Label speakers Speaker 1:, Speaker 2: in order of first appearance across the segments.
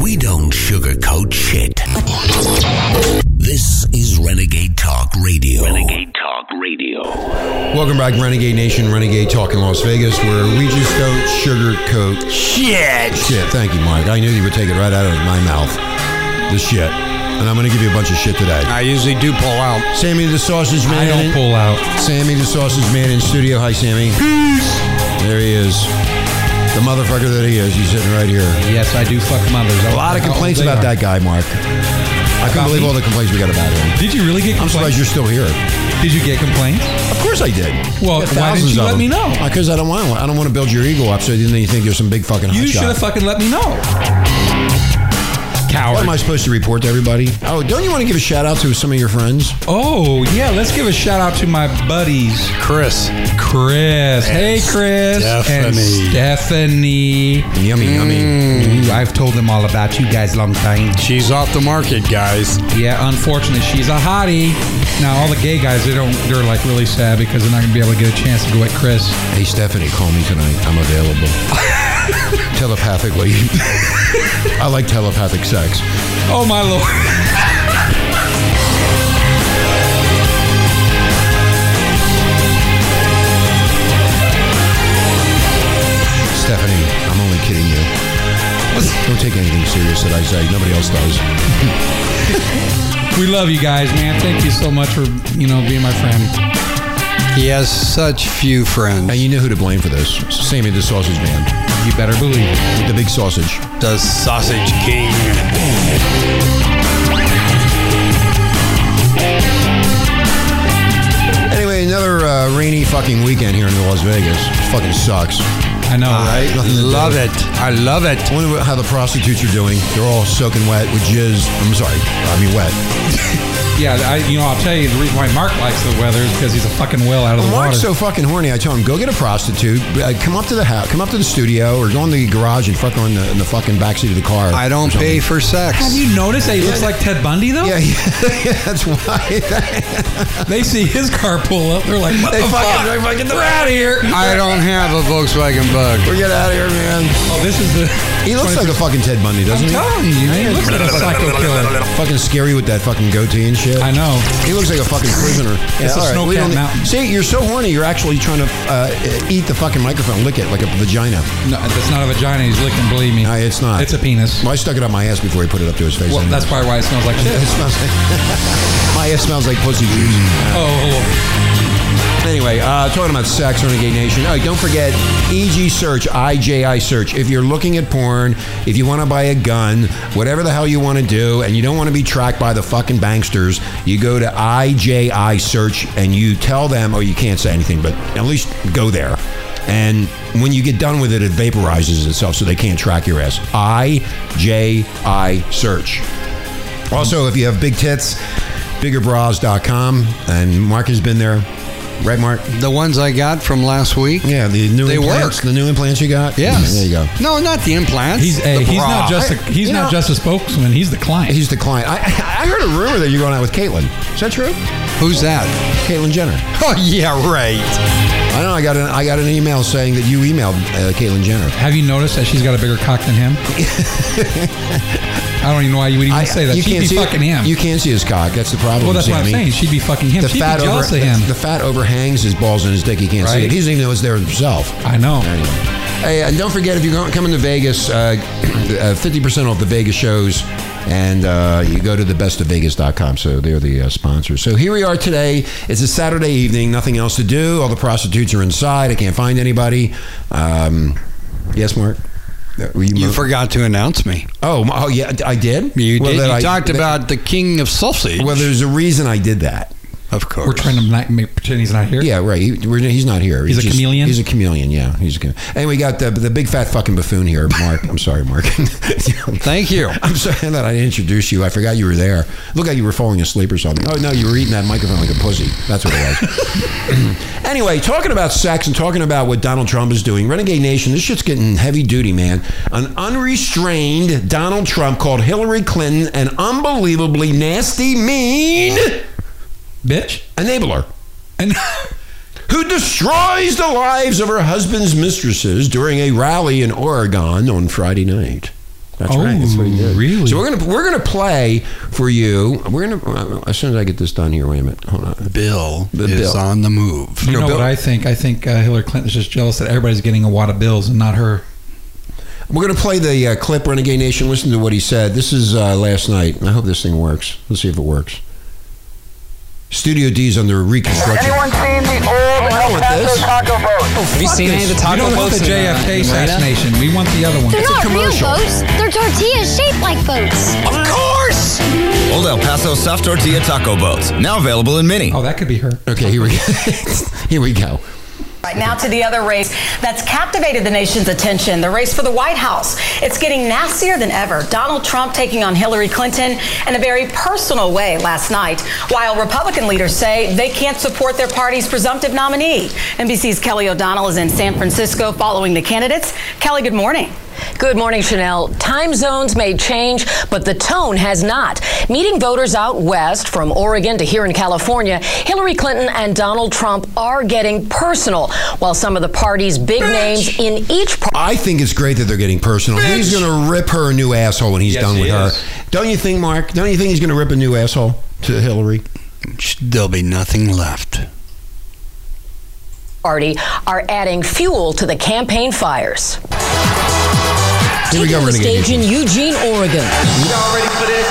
Speaker 1: We don't sugarcoat shit. This is Renegade Talk Radio. Renegade Talk Radio.
Speaker 2: Welcome back, Renegade Nation, Renegade Talk in Las Vegas, where we just don't sugarcoat
Speaker 1: Shit!
Speaker 2: shit. Thank you, Mike. I knew you would take it right out of my mouth. The shit. And I'm going to give you a bunch of shit today.
Speaker 3: I usually do pull out.
Speaker 2: Sammy the Sausage Man.
Speaker 3: I don't pull out.
Speaker 2: Sammy the Sausage Man in studio. Hi, Sammy. There he is. The motherfucker that he is. He's sitting right here.
Speaker 3: Yes, I do fuck mothers.
Speaker 2: A lot of complaints about that guy, Mark. I couldn't
Speaker 3: About
Speaker 2: believe
Speaker 3: me?
Speaker 2: all the complaints we got about him.
Speaker 3: Did you really get
Speaker 2: I'm surprised you're still
Speaker 3: complaints?
Speaker 2: here.
Speaker 3: Did you get complaints?
Speaker 2: Of course I did.
Speaker 3: Well,
Speaker 2: Got
Speaker 3: why
Speaker 2: thousands
Speaker 3: didn't you
Speaker 2: of
Speaker 3: let
Speaker 2: them.
Speaker 3: me know?
Speaker 2: Because Uh, I don't want. I don't want to build your ego up. So then you think you're some big fucking
Speaker 3: You should
Speaker 2: hotshot.
Speaker 3: have fucking let me know.
Speaker 2: What am I
Speaker 3: Coward.
Speaker 2: supposed to report to everybody? Oh, don't you want to give a shout out to some of your friends?
Speaker 3: Oh, yeah, let's give a shout out to my buddies.
Speaker 4: Chris.
Speaker 3: Chris. Hey, Chris. And
Speaker 4: Stephanie.
Speaker 3: Stephanie.
Speaker 2: Yummy, yummy.
Speaker 3: Ooh, I've told them all about you guys long time.
Speaker 4: She's off the market, guys.
Speaker 3: Yeah, unfortunately, she's a hottie. Now, all the gay guys, they don't, they're like really sad because they're not going to be able to get a chance to go at Chris.
Speaker 2: Hey, Stephanie, call me tonight. I'm available. Telepathically. I like telepathic sex.
Speaker 3: Oh, my lord.
Speaker 2: Stephanie, I'm only kidding you. Don't take anything serious that I say. Nobody else does.
Speaker 3: We love you guys, man. Thank you so much for, you know, being my friend.
Speaker 4: He has such few friends.
Speaker 2: And you know who to blame for this. Sammy the Sausage Man.
Speaker 3: You better believe it.
Speaker 2: The big sausage.
Speaker 4: The Sausage King.
Speaker 2: Anyway, another uh, rainy fucking weekend here in Las Vegas. fucking sucks.
Speaker 3: I know,
Speaker 4: I
Speaker 3: right?
Speaker 2: Nothing to
Speaker 4: love
Speaker 2: do.
Speaker 4: it. I love it.
Speaker 2: I wonder how the prostitutes are doing. They're all soaking wet with jizz. I'm sorry. I mean wet.
Speaker 3: Yeah, I, you know, I'll tell you the reason why Mark likes the weather is because he's a fucking whale out of the water.
Speaker 2: Mark's so fucking horny. I tell him, go get a prostitute. Uh, come up to the house. Come up to the studio, or go in the garage and fuck her in the, in the fucking backseat of the car.
Speaker 4: I
Speaker 2: or
Speaker 4: don't
Speaker 2: something.
Speaker 4: pay for sex.
Speaker 3: Have you noticed that he looks like Ted Bundy though?
Speaker 2: Yeah, yeah, that's why.
Speaker 3: They see his car pull up, they're like, "What the fuck?
Speaker 2: they fucking-
Speaker 3: We're out of here!"
Speaker 4: I don't have a Volkswagen Bug.
Speaker 2: We get out of here, man.
Speaker 3: oh, this is the.
Speaker 2: He looks like a fucking Ted Bundy, doesn't
Speaker 3: I'm
Speaker 2: he?
Speaker 3: telling you, man, he looks like a psycho killer.
Speaker 2: Fucking scary with that fucking goatee and shit.
Speaker 3: I know.
Speaker 2: He looks like a fucking prisoner.
Speaker 3: It's a
Speaker 2: all we
Speaker 3: snow-capped
Speaker 2: don't-
Speaker 3: mountain.
Speaker 2: See, you're so horny, you're actually trying to uh, eat the fucking microphone, lick it like a vagina.
Speaker 3: No, that's not a vagina. He's licking. Believe me,
Speaker 2: No, it's not.
Speaker 3: It's a penis.
Speaker 2: Well, I stuck it up my ass before he put it up to his face.
Speaker 3: Well,
Speaker 2: anyway.
Speaker 3: that's probably why it smells like
Speaker 2: It
Speaker 3: shit.
Speaker 2: smells like- my ass smells like pussy juice.
Speaker 3: Oh,
Speaker 2: Anyway, uh, talking about sex, Renegade Nation. Oh, don't forget, EG search, IJI search. If you're looking at porn, if you want to buy a gun, whatever the hell you want to do, and you don't want to be tracked by the fucking banksters, you go to IJI search and you tell them, oh, you can't say anything, but at least go there. And when you get done with it, it vaporizes itself so they can't track your ass. IJI search. Also, if you have big tits, biggerbras.com, and Mark has been there. Right, Mark?
Speaker 4: The ones I got from last week.
Speaker 2: Yeah, the new
Speaker 4: They
Speaker 2: implants.
Speaker 4: work.
Speaker 2: The new implants you got.
Speaker 4: Yes.
Speaker 2: there you go.
Speaker 4: No, not the implants.
Speaker 3: he's a,
Speaker 4: The
Speaker 3: he's
Speaker 4: bra.
Speaker 3: not just a, he's
Speaker 2: You
Speaker 3: not
Speaker 2: know-
Speaker 3: just a spokesman. He's the client.
Speaker 2: He's the client. I, I heard a rumor that you're going out with Caitlyn. Is that true?
Speaker 4: Who's that?
Speaker 2: Caitlyn Jenner.
Speaker 4: Oh yeah, right.
Speaker 2: I know. I got an I got an email saying that you emailed uh, Caitlyn Jenner.
Speaker 3: Have you noticed that she's got a bigger cock than him? I don't even know why you would even
Speaker 2: I
Speaker 3: say that.
Speaker 2: You
Speaker 3: She'd
Speaker 2: can't
Speaker 3: be
Speaker 2: see
Speaker 3: fucking him.
Speaker 2: You can't see his cock. That's the problem.
Speaker 3: well, that's what I'm
Speaker 2: Sammy.
Speaker 3: saying. She'd be fucking him.
Speaker 2: The
Speaker 3: She'd be
Speaker 2: fat over
Speaker 3: jealous of him.
Speaker 2: The, fat overhangs his balls and his dick. He can't see
Speaker 3: Right.
Speaker 2: it. He doesn't even know it's there himself.
Speaker 3: I know.
Speaker 2: Anyway. Hey, and don't forget if you're going, coming to Vegas, uh, fifty percent off the Vegas shows, and uh, you go to the bestofvegas.com. So they're the uh, sponsors. So here we are today. It's a Saturday evening. Nothing else to do. All the prostitutes are inside. I can't find anybody. Um, yes, Mark. Uh, were
Speaker 4: You
Speaker 2: Mark?
Speaker 4: forgot to announce me.
Speaker 2: oh, my- oh, yeah, I did.
Speaker 4: You
Speaker 2: Well,
Speaker 4: did.
Speaker 2: then
Speaker 4: You
Speaker 2: I-
Speaker 4: talked
Speaker 2: then-
Speaker 4: about the King of Sausage.
Speaker 2: Well, there's a reason I did that.
Speaker 4: of course.
Speaker 3: We're trying to not make, pretend he's not here.
Speaker 2: Yeah, right. He, we're, he's not here.
Speaker 3: He's a chameleon?
Speaker 2: He's a chameleon. Yeah, he's a chameleon. And we got the the big fat fucking buffoon here, Mark. I'm sorry, Mark.
Speaker 4: Thank you.
Speaker 2: I'm sorry that I didn't introduce you. I forgot you were there. Look like you were falling asleep or something. Oh no, you were eating that microphone like a pussy. That's what it was. anyway, talking about sex and talking about what Donald Trump is doing, Renegade Nation. This shit's getting heavy duty, man. An unrestrained Donald Trump called Hillary Clinton an unbelievably nasty, mean
Speaker 3: Bitch.
Speaker 2: enabler
Speaker 3: And
Speaker 2: who destroys the lives of her husband's mistresses during a rally in Oregon on Friday night. That's right. That's what he did.
Speaker 3: Oh, really?
Speaker 2: So we're gonna we're gonna play for you. We're gonna uh, as soon as I get this done here. Wait a minute. Hold on.
Speaker 4: Bill
Speaker 2: The
Speaker 4: is
Speaker 2: bill.
Speaker 4: on the move.
Speaker 3: You
Speaker 2: No,
Speaker 3: know
Speaker 2: Bill-
Speaker 3: what I think? I think uh, Hillary Clinton is just jealous that everybody's getting a wad of bills and not her.
Speaker 2: We're gonna play the uh, clip. Renegade Nation. Listen to what he said. This is uh, last night. I hope this thing works. Let's see if it works. Studio D's under reconstruction.
Speaker 5: Anyone seen the old
Speaker 2: I
Speaker 5: El
Speaker 2: want
Speaker 5: Paso
Speaker 2: this.
Speaker 5: taco boat?
Speaker 6: Have you seen any of the
Speaker 3: We
Speaker 6: taco
Speaker 3: don't want
Speaker 6: boats
Speaker 3: the
Speaker 6: in, uh, in
Speaker 3: JFK
Speaker 6: Laredo?
Speaker 3: assassination. We want the other one.
Speaker 7: They're not real
Speaker 2: commercial.
Speaker 7: boats. They're tortillas shaped like boats.
Speaker 8: Of course! Old El Paso soft tortilla taco boats. Now available in mini.
Speaker 3: Oh, that could be her.
Speaker 2: Okay, here we go. here we go.
Speaker 9: Right now to the other race that's captivated the nation's attention, the race for the White House. It's getting nastier than ever. Donald Trump taking on Hillary Clinton in a very personal way last night, while Republican leaders say they can't support their party's presumptive nominee. NBC's Kelly O'Donnell is in San Francisco following the candidates. Kelly, good morning.
Speaker 10: Good morning, Chanel. Time zones may change, but the tone has not. Meeting voters out west, from Oregon to here in California, Hillary Clinton and Donald Trump are getting personal, while some of the party's big names in each party.
Speaker 2: I think it's great that they're getting personal. He's gonna rip her a new asshole when he's
Speaker 3: Yes,
Speaker 2: done
Speaker 3: he
Speaker 2: with her.
Speaker 3: is.
Speaker 2: Don't you think, Mark? Don't you think he's gonna rip a new asshole to Hillary?
Speaker 4: There'll be nothing left.
Speaker 10: Party are adding fuel to the campaign fires.
Speaker 2: Here we go,
Speaker 10: Taking the
Speaker 2: Renegade
Speaker 10: stage in Eugene, Oregon.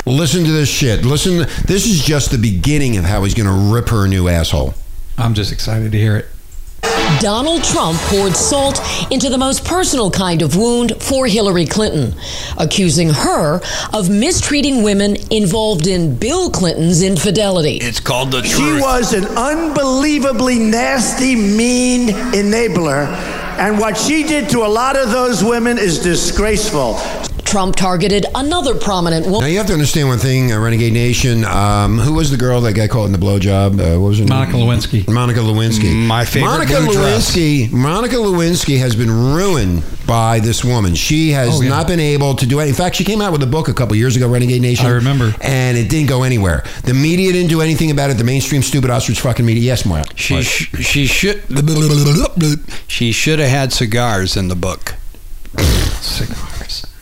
Speaker 2: Listen to this shit. Listen, this is just the beginning of how he's going to rip her a new asshole.
Speaker 3: I'm just excited to hear it.
Speaker 10: Donald Trump poured salt into the most personal kind of wound for Hillary Clinton, accusing her of mistreating women involved in Bill Clinton's infidelity.
Speaker 8: It's called the
Speaker 11: She was an unbelievably nasty, mean enabler. And what she did to a lot of those women is disgraceful.
Speaker 10: Trump targeted another prominent
Speaker 2: Now
Speaker 10: woman.
Speaker 2: you have to understand one thing, uh, Renegade Nation. Um, who was the girl that got caught in the blowjob? Uh, what was her
Speaker 3: Monica
Speaker 2: name?
Speaker 3: Lewinsky. Mm,
Speaker 2: Monica Lewinsky.
Speaker 4: My favorite
Speaker 2: Monica
Speaker 4: blue dress.
Speaker 2: Lewinsky. Monica Lewinsky has been ruined by this woman. She has
Speaker 3: Oh, yeah.
Speaker 2: not been able to do anything. In fact, she came out with a book a couple years ago, Renegade Nation.
Speaker 3: I remember.
Speaker 2: And it didn't go anywhere. The media didn't do anything about it. The mainstream stupid ostrich fucking media. Yes, Mark.
Speaker 4: She sh- she should she should have had cigars in the book. cigars.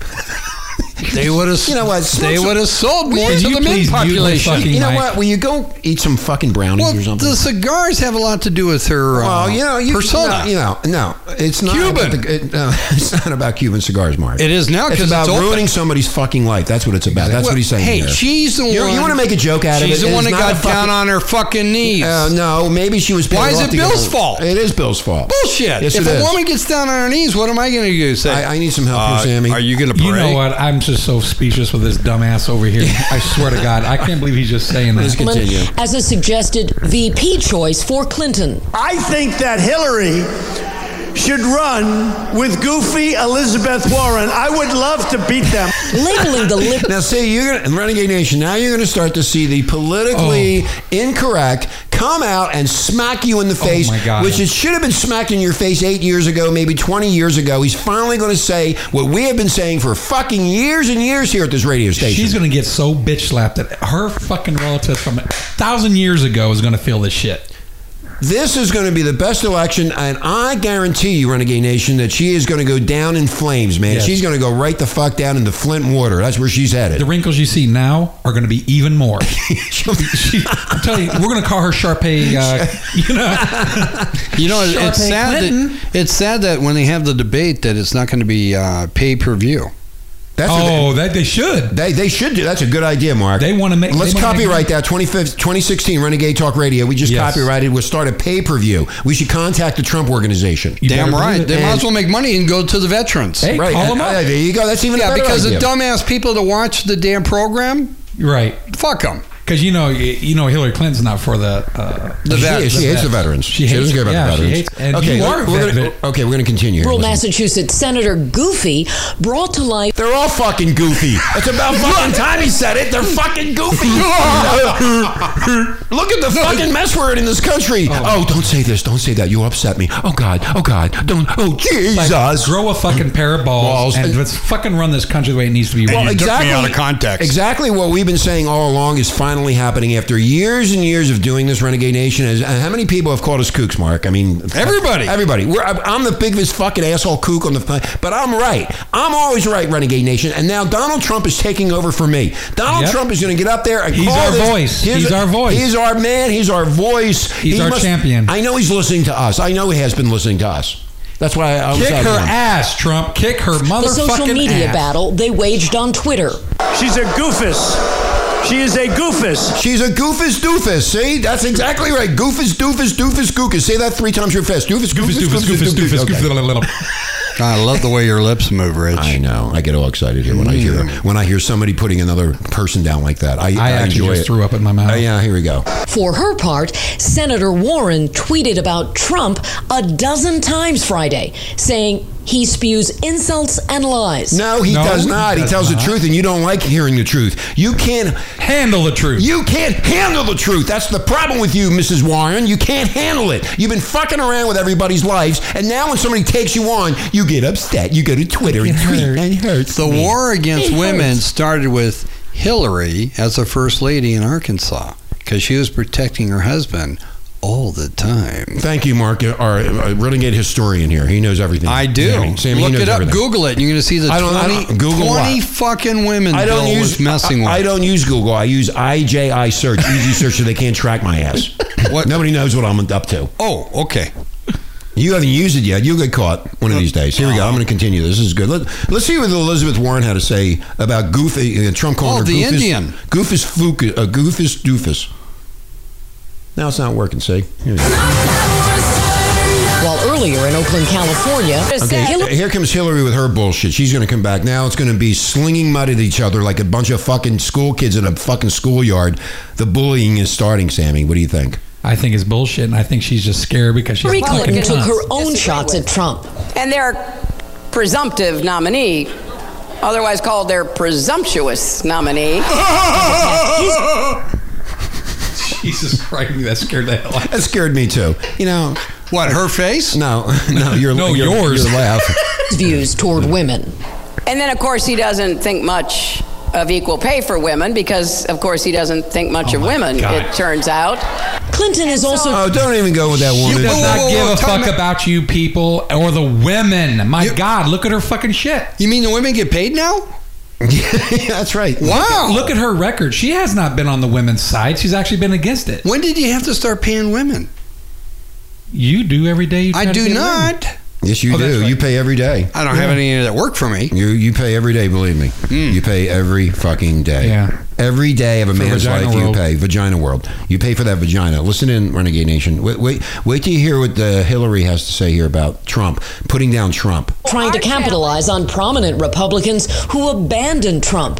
Speaker 4: They would have.
Speaker 2: You know what?
Speaker 4: They
Speaker 2: Smoke
Speaker 4: would have sold more
Speaker 3: Would
Speaker 4: to
Speaker 3: you
Speaker 4: the men
Speaker 3: please mute my
Speaker 4: population.
Speaker 3: fucking-
Speaker 2: You know
Speaker 3: Mike.
Speaker 2: what? Will you go eat some fucking brownies
Speaker 4: Well,
Speaker 2: or something?
Speaker 4: the cigars have a lot to do with her. Uh,
Speaker 2: Well, you know, you,
Speaker 4: persona.
Speaker 2: You know, you know, no, it's not
Speaker 4: Cuban.
Speaker 2: About the, it, no, it's not about Cuban cigars, Mark.
Speaker 4: It is now
Speaker 2: It's
Speaker 4: 'cause
Speaker 2: about
Speaker 4: it's open.
Speaker 2: ruining somebody's fucking life. That's what it's about. That's
Speaker 4: Well,
Speaker 2: what he's saying.
Speaker 4: Hey,
Speaker 2: here.
Speaker 4: she's the
Speaker 2: You-
Speaker 4: one.
Speaker 2: You want to make a joke out
Speaker 4: she's
Speaker 2: of it?
Speaker 4: the
Speaker 2: It
Speaker 4: one
Speaker 2: is
Speaker 4: that
Speaker 2: not a
Speaker 4: got
Speaker 2: fucking-
Speaker 4: down on her fucking knees.
Speaker 2: Uh, no, maybe she was.
Speaker 4: Why
Speaker 2: better
Speaker 4: is
Speaker 2: off
Speaker 4: it
Speaker 2: to get
Speaker 4: Bill's
Speaker 2: a-
Speaker 4: fault?
Speaker 2: It is Bill's fault.
Speaker 4: Bullshit.
Speaker 2: Yes,
Speaker 4: if
Speaker 2: it
Speaker 4: a
Speaker 2: is.
Speaker 4: woman gets down on her knees, what am I going to do? Say,
Speaker 2: I- I need some help here,
Speaker 4: uh,
Speaker 2: Sammy.
Speaker 4: Are you going to pray?
Speaker 3: You know what? I'm just so speechless with this dumbass over here. I swear to God, I can't believe he's just saying
Speaker 2: Let's
Speaker 3: that.
Speaker 2: get- Continue.
Speaker 10: As a suggested VP choice for Clinton.
Speaker 11: I think that Hillary should run with goofy Elizabeth Warren. I would love to beat them.
Speaker 10: Labeling the lip
Speaker 2: Now, see, you're gonna, Renegade Nation. Now you're going to start to see the politically
Speaker 3: Oh.
Speaker 2: incorrect come out and smack you in the face,
Speaker 3: my God.
Speaker 2: which it should have been smacked in your face eight years ago, maybe 20 years ago. He's finally going to say what we have been saying for fucking years and years here at this radio station.
Speaker 3: She's going to get so bitch slapped that her fucking relative from a thousand years ago is going to feel this shit.
Speaker 2: this is going to be the best election, and I guarantee you, Renegade Nation, that she is going to go down in flames, man.
Speaker 3: Yes.
Speaker 2: She's going to go right the fuck down into Flint water. That's where she's headed.
Speaker 3: The wrinkles you see now are going to be even more. She'll be- she- I'm telling you, we're going to call her Sharpay. Uh, you know,
Speaker 4: You know, it-
Speaker 3: Sharpay
Speaker 4: it's sad.
Speaker 3: Clinton.
Speaker 4: That, it's sad that when they have the debate, that it's not going to be uh, pay per view.
Speaker 2: That's what they-
Speaker 3: oh, that they should.
Speaker 2: They, they should do. That's a good idea, Mark.
Speaker 3: They wanna make-
Speaker 2: Let's
Speaker 3: they wanna make-
Speaker 2: copyright that. 25th, 2016 Renegade Talk Radio. We just
Speaker 3: Yes.
Speaker 2: copyrighted. We'll start a pay per view. We should contact the Trump organization.
Speaker 3: You
Speaker 4: Damn
Speaker 3: better believe
Speaker 4: right.
Speaker 3: it.
Speaker 4: They might
Speaker 2: And-
Speaker 4: as well make money and go to the veterans.
Speaker 3: Hey,
Speaker 2: right.
Speaker 3: call
Speaker 2: And-
Speaker 3: them up.
Speaker 2: uh, there you go. That's even a
Speaker 4: yeah,
Speaker 2: better
Speaker 4: because
Speaker 2: idea.
Speaker 4: the dumbass people that watch the damn program,
Speaker 3: Right.
Speaker 4: fuck them.
Speaker 3: Because you know, you know, Hillary Clinton's not for the uh,
Speaker 2: She,
Speaker 4: vet-
Speaker 2: she
Speaker 4: the
Speaker 2: hates the
Speaker 3: vet.
Speaker 2: veterans.
Speaker 3: She
Speaker 2: doesn't
Speaker 3: hates-
Speaker 2: care about
Speaker 3: yeah,
Speaker 2: the
Speaker 3: she
Speaker 2: veterans.
Speaker 3: hates- and
Speaker 2: okay,
Speaker 3: you are a
Speaker 2: we're
Speaker 3: vet-
Speaker 2: gonna, okay, we're going to continue. Here.
Speaker 10: rural
Speaker 2: Listen.
Speaker 10: Massachusetts Senator Goofy brought to life
Speaker 2: They're all fucking goofy. It's about fucking time he said it. They're fucking goofy. Look at the fucking mess we're in in this country. Oh, don't say this. Don't say that. You upset me. Oh God. Oh God. Don't. Oh Jesus.
Speaker 3: grow a fucking pair of
Speaker 2: Balls.
Speaker 3: balls, and let's fucking run this country the way it needs to be run.
Speaker 4: you took me out of context.
Speaker 2: Exactly what we've been saying all along is finally happening after years and years of doing this Renegade Nation. Is uh, how many people have called us kooks, Mark? I mean,
Speaker 3: Everybody.
Speaker 2: everybody. We're, I'm I'm the biggest fucking asshole kook on the planet, but I'm right. I'm always right, Renegade Nation. And now Donald Trump is taking over for me. Donald
Speaker 3: Yep.
Speaker 2: Trump is going to get up there and
Speaker 3: He's
Speaker 2: call
Speaker 3: our
Speaker 2: this-
Speaker 3: voice. He's our voice.
Speaker 2: He's our man. He's our voice.
Speaker 3: He's our champion.
Speaker 2: I know he's listening to us. I know he has been listening to us. That's why I was
Speaker 3: Kick
Speaker 2: out
Speaker 3: her
Speaker 2: on.
Speaker 3: ass, Trump. Kick her motherfucking
Speaker 10: The social media
Speaker 3: ass.
Speaker 10: battle they waged on Twitter.
Speaker 11: She's a goofus. She is a goofus.
Speaker 2: She's a goofus doofus. See, that's exactly right. Goofus doofus doofus gookus. Say that three times your fist. Doofus goofus
Speaker 3: Doofus,
Speaker 2: doofus
Speaker 3: doofus, doofus, doofus,
Speaker 2: Okay.
Speaker 3: doofus.
Speaker 4: I love the way your lips move, Rich.
Speaker 2: I know. I get all excited here when I hear when I hear somebody putting another person down like that. I,
Speaker 3: I
Speaker 2: I
Speaker 3: actually
Speaker 2: enjoy
Speaker 3: just
Speaker 2: it.
Speaker 3: threw up in my mouth.
Speaker 2: Oh, yeah, here we go.
Speaker 10: For her part, Senator Warren tweeted about Trump a dozen times Friday, saying he spews insults and lies.
Speaker 2: No, he
Speaker 3: No,
Speaker 2: does not. He
Speaker 3: does
Speaker 2: tells the
Speaker 3: not.
Speaker 2: truth, and you don't like hearing the truth. You can't.
Speaker 3: Handle the truth.
Speaker 2: You can't handle the truth. That's the problem with you, Mrs. Warren. You can't handle it. You've been fucking around with everybody's lives, and now when somebody takes you on, you get upset. You go to Twitter and tweet. and It hurts.
Speaker 4: The
Speaker 2: me.
Speaker 4: war against
Speaker 2: It
Speaker 4: women
Speaker 2: hurts.
Speaker 4: started with Hillary as the first lady in Arkansas because she was protecting her husband all the time.
Speaker 2: Thank you, Mark, our uh, renegade historian here. He knows everything.
Speaker 4: I do.
Speaker 2: Sammy, Sammy,
Speaker 4: Look
Speaker 2: he knows
Speaker 4: it up.
Speaker 2: everything.
Speaker 4: Google it. And you're going to see the
Speaker 2: I don't- I don't-
Speaker 4: 20,
Speaker 2: Google what?
Speaker 4: 20 fucking women
Speaker 2: I don't
Speaker 4: Bill
Speaker 2: use
Speaker 4: was
Speaker 2: I,
Speaker 4: messing
Speaker 2: I
Speaker 4: with.
Speaker 2: don't use Google. I use IJI search, easy search, so they can't track my ass.
Speaker 4: What?
Speaker 2: Nobody knows what I'm up to.
Speaker 4: oh, okay.
Speaker 2: You haven't used it yet. You'll get caught one of these days. Here we go. I'm going to continue. This is good. Let, let's see what Elizabeth Warren had to say about Goofy uh, Trump calling
Speaker 4: Oh,
Speaker 2: her
Speaker 4: the
Speaker 2: goofus,
Speaker 4: Indian.
Speaker 2: Goofus Fook, uh, Goofus Doofus. Now it's not working. See. Here we go.
Speaker 10: While earlier in Oakland, California,
Speaker 2: Okay,
Speaker 10: Hillary
Speaker 2: here comes Hillary with her bullshit. She's going to come back. Now it's going to be slinging mud at each other like a bunch of fucking school kids in a fucking schoolyard. The bullying is starting, Sammy. What do you think?
Speaker 3: I think it's bullshit, and I think she's just scared because she's
Speaker 9: Hillary
Speaker 3: fucking
Speaker 10: Clinton
Speaker 9: Clinton
Speaker 10: took
Speaker 3: cunt.
Speaker 10: her own
Speaker 6: disagree
Speaker 10: shots
Speaker 6: with.
Speaker 10: at Trump.
Speaker 6: and their presumptive nominee, otherwise called their presumptuous nominee.
Speaker 3: Jesus Christ, that scared the hell out of me.
Speaker 2: That scared me too. You know,
Speaker 4: What, her face?
Speaker 2: no, no, you're,
Speaker 3: No,
Speaker 2: you're,
Speaker 3: yours.
Speaker 2: Your laugh.
Speaker 10: Views toward women.
Speaker 6: And then, of course, he doesn't think much of equal pay for women because, of course, he doesn't think much
Speaker 3: Oh
Speaker 6: of women, it turns out.
Speaker 10: Clinton is also
Speaker 2: oh, don't even go with that woman.
Speaker 3: She does
Speaker 4: Whoa,
Speaker 3: not
Speaker 4: whoa, whoa,
Speaker 3: give
Speaker 4: whoa,
Speaker 3: a
Speaker 4: time
Speaker 3: fuck
Speaker 4: out.
Speaker 3: about you people or the women. My God, look at her fucking shit.
Speaker 4: You mean the women get paid now?
Speaker 2: That's right. Oh.
Speaker 4: Wow.
Speaker 3: Look at her record. She has not been on the women's side. She's actually been against it.
Speaker 4: When did you have to start paying women?
Speaker 3: You do every day. You try
Speaker 4: I
Speaker 3: to get
Speaker 4: do
Speaker 3: a win.
Speaker 4: not.
Speaker 2: Yes, you
Speaker 3: Oh, that's
Speaker 2: do.
Speaker 3: right.
Speaker 2: You pay every day.
Speaker 4: I don't have any that work for me.
Speaker 2: You you pay every day, believe me. You pay every fucking day.
Speaker 3: Hmm. Yeah.
Speaker 2: Every day of a man's
Speaker 3: Vagina
Speaker 2: life, you
Speaker 3: World.
Speaker 2: pay vagina world. You pay for that vagina. Listen in, Renegade Nation. Wait, wait, wait till you hear what the Hillary has to say here about Trump putting down Trump.
Speaker 10: trying to capitalize on prominent Republicans who abandoned Trump.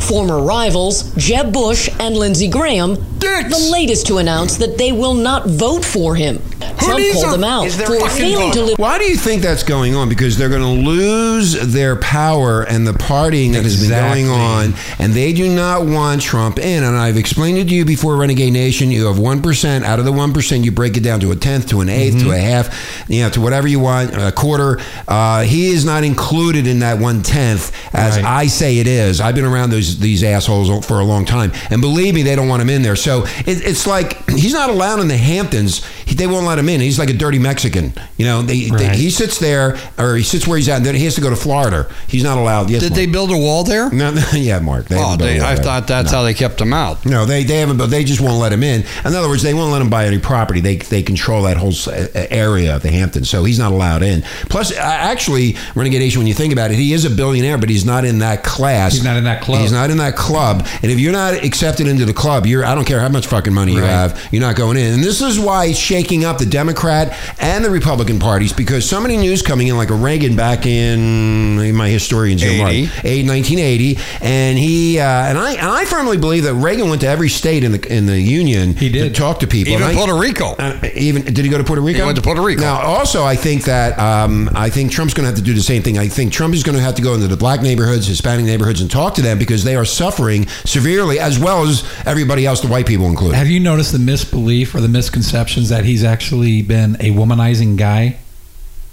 Speaker 10: Former rivals Jeb Bush and Lindsey Graham, the latest to announce that they will not vote for him. Trump
Speaker 4: needs
Speaker 10: called
Speaker 4: a-
Speaker 10: them out
Speaker 4: is there
Speaker 10: for
Speaker 4: fucking
Speaker 10: failing
Speaker 4: vote?
Speaker 10: to live
Speaker 2: Why do you think that's going on? Because they're going to lose their power and the partying that has
Speaker 3: Exactly.
Speaker 2: been going on, and they do not want Trump in. And I've explained it to you before, Renegade Nation. You have one percent. Out of the one percent, you break it down to a tenth, to an 8th to a half, you know, to whatever you want, a quarter. Uh, he is not included in that one tenth, as
Speaker 3: Right.
Speaker 2: I say it is. I've been around those these assholes for a long time, and believe me, they don't want him in there. So it, it's like he's not allowed in the Hamptons. He- They won't let him in. He's like a dirty Mexican. You know, they, they-
Speaker 3: Right.
Speaker 2: he sits there, or he sits where he's at, and then he has to go to Florida. He's not allowed. Yes,
Speaker 4: Did
Speaker 2: Mark.
Speaker 4: they build a wall there?
Speaker 2: No, no, yeah, Mark. They
Speaker 4: Oh,
Speaker 2: haven't built
Speaker 4: they,
Speaker 2: a wall
Speaker 4: I
Speaker 2: yet.
Speaker 4: thought that's
Speaker 2: no.
Speaker 4: how they kept them out.
Speaker 2: No, they they haven't. But they just won't let him in. In other words, they won't let him buy any property. They they control that whole s- a- area of the Hamptons, so he's not allowed in. Plus, a- actually, Renegade Nation. When you think about it, he is a billionaire, but he's not in that class.
Speaker 3: He's not in that club.
Speaker 2: He's not in that club. And if you're not accepted into the club, you're I don't care how much fucking money you
Speaker 3: Right.
Speaker 2: have, you're not going in. And this is why it's shaking up the Democrat and the Republican parties because so many news coming in like a Reagan back in my historians here, Mark,
Speaker 4: 80.
Speaker 2: 8, 1980, and he uh, and I and I firmly believe that Reagan went to every state in the in the union.
Speaker 3: He did.
Speaker 2: to talk to people.
Speaker 4: Even
Speaker 2: And I-
Speaker 4: Puerto Rico.
Speaker 2: uh, even did he go to Puerto Rico?
Speaker 4: went to Puerto Rico.
Speaker 2: Now, also, I think that um, I think Trump's going to have to do the same thing. I think Trump is going to have to go into the black neighborhoods, Hispanic neighborhoods, and talk to them because they are suffering severely, as well as everybody else, the white people included.
Speaker 3: Have you noticed the misbelief or the misconceptions that he's actually been a womanizing guy?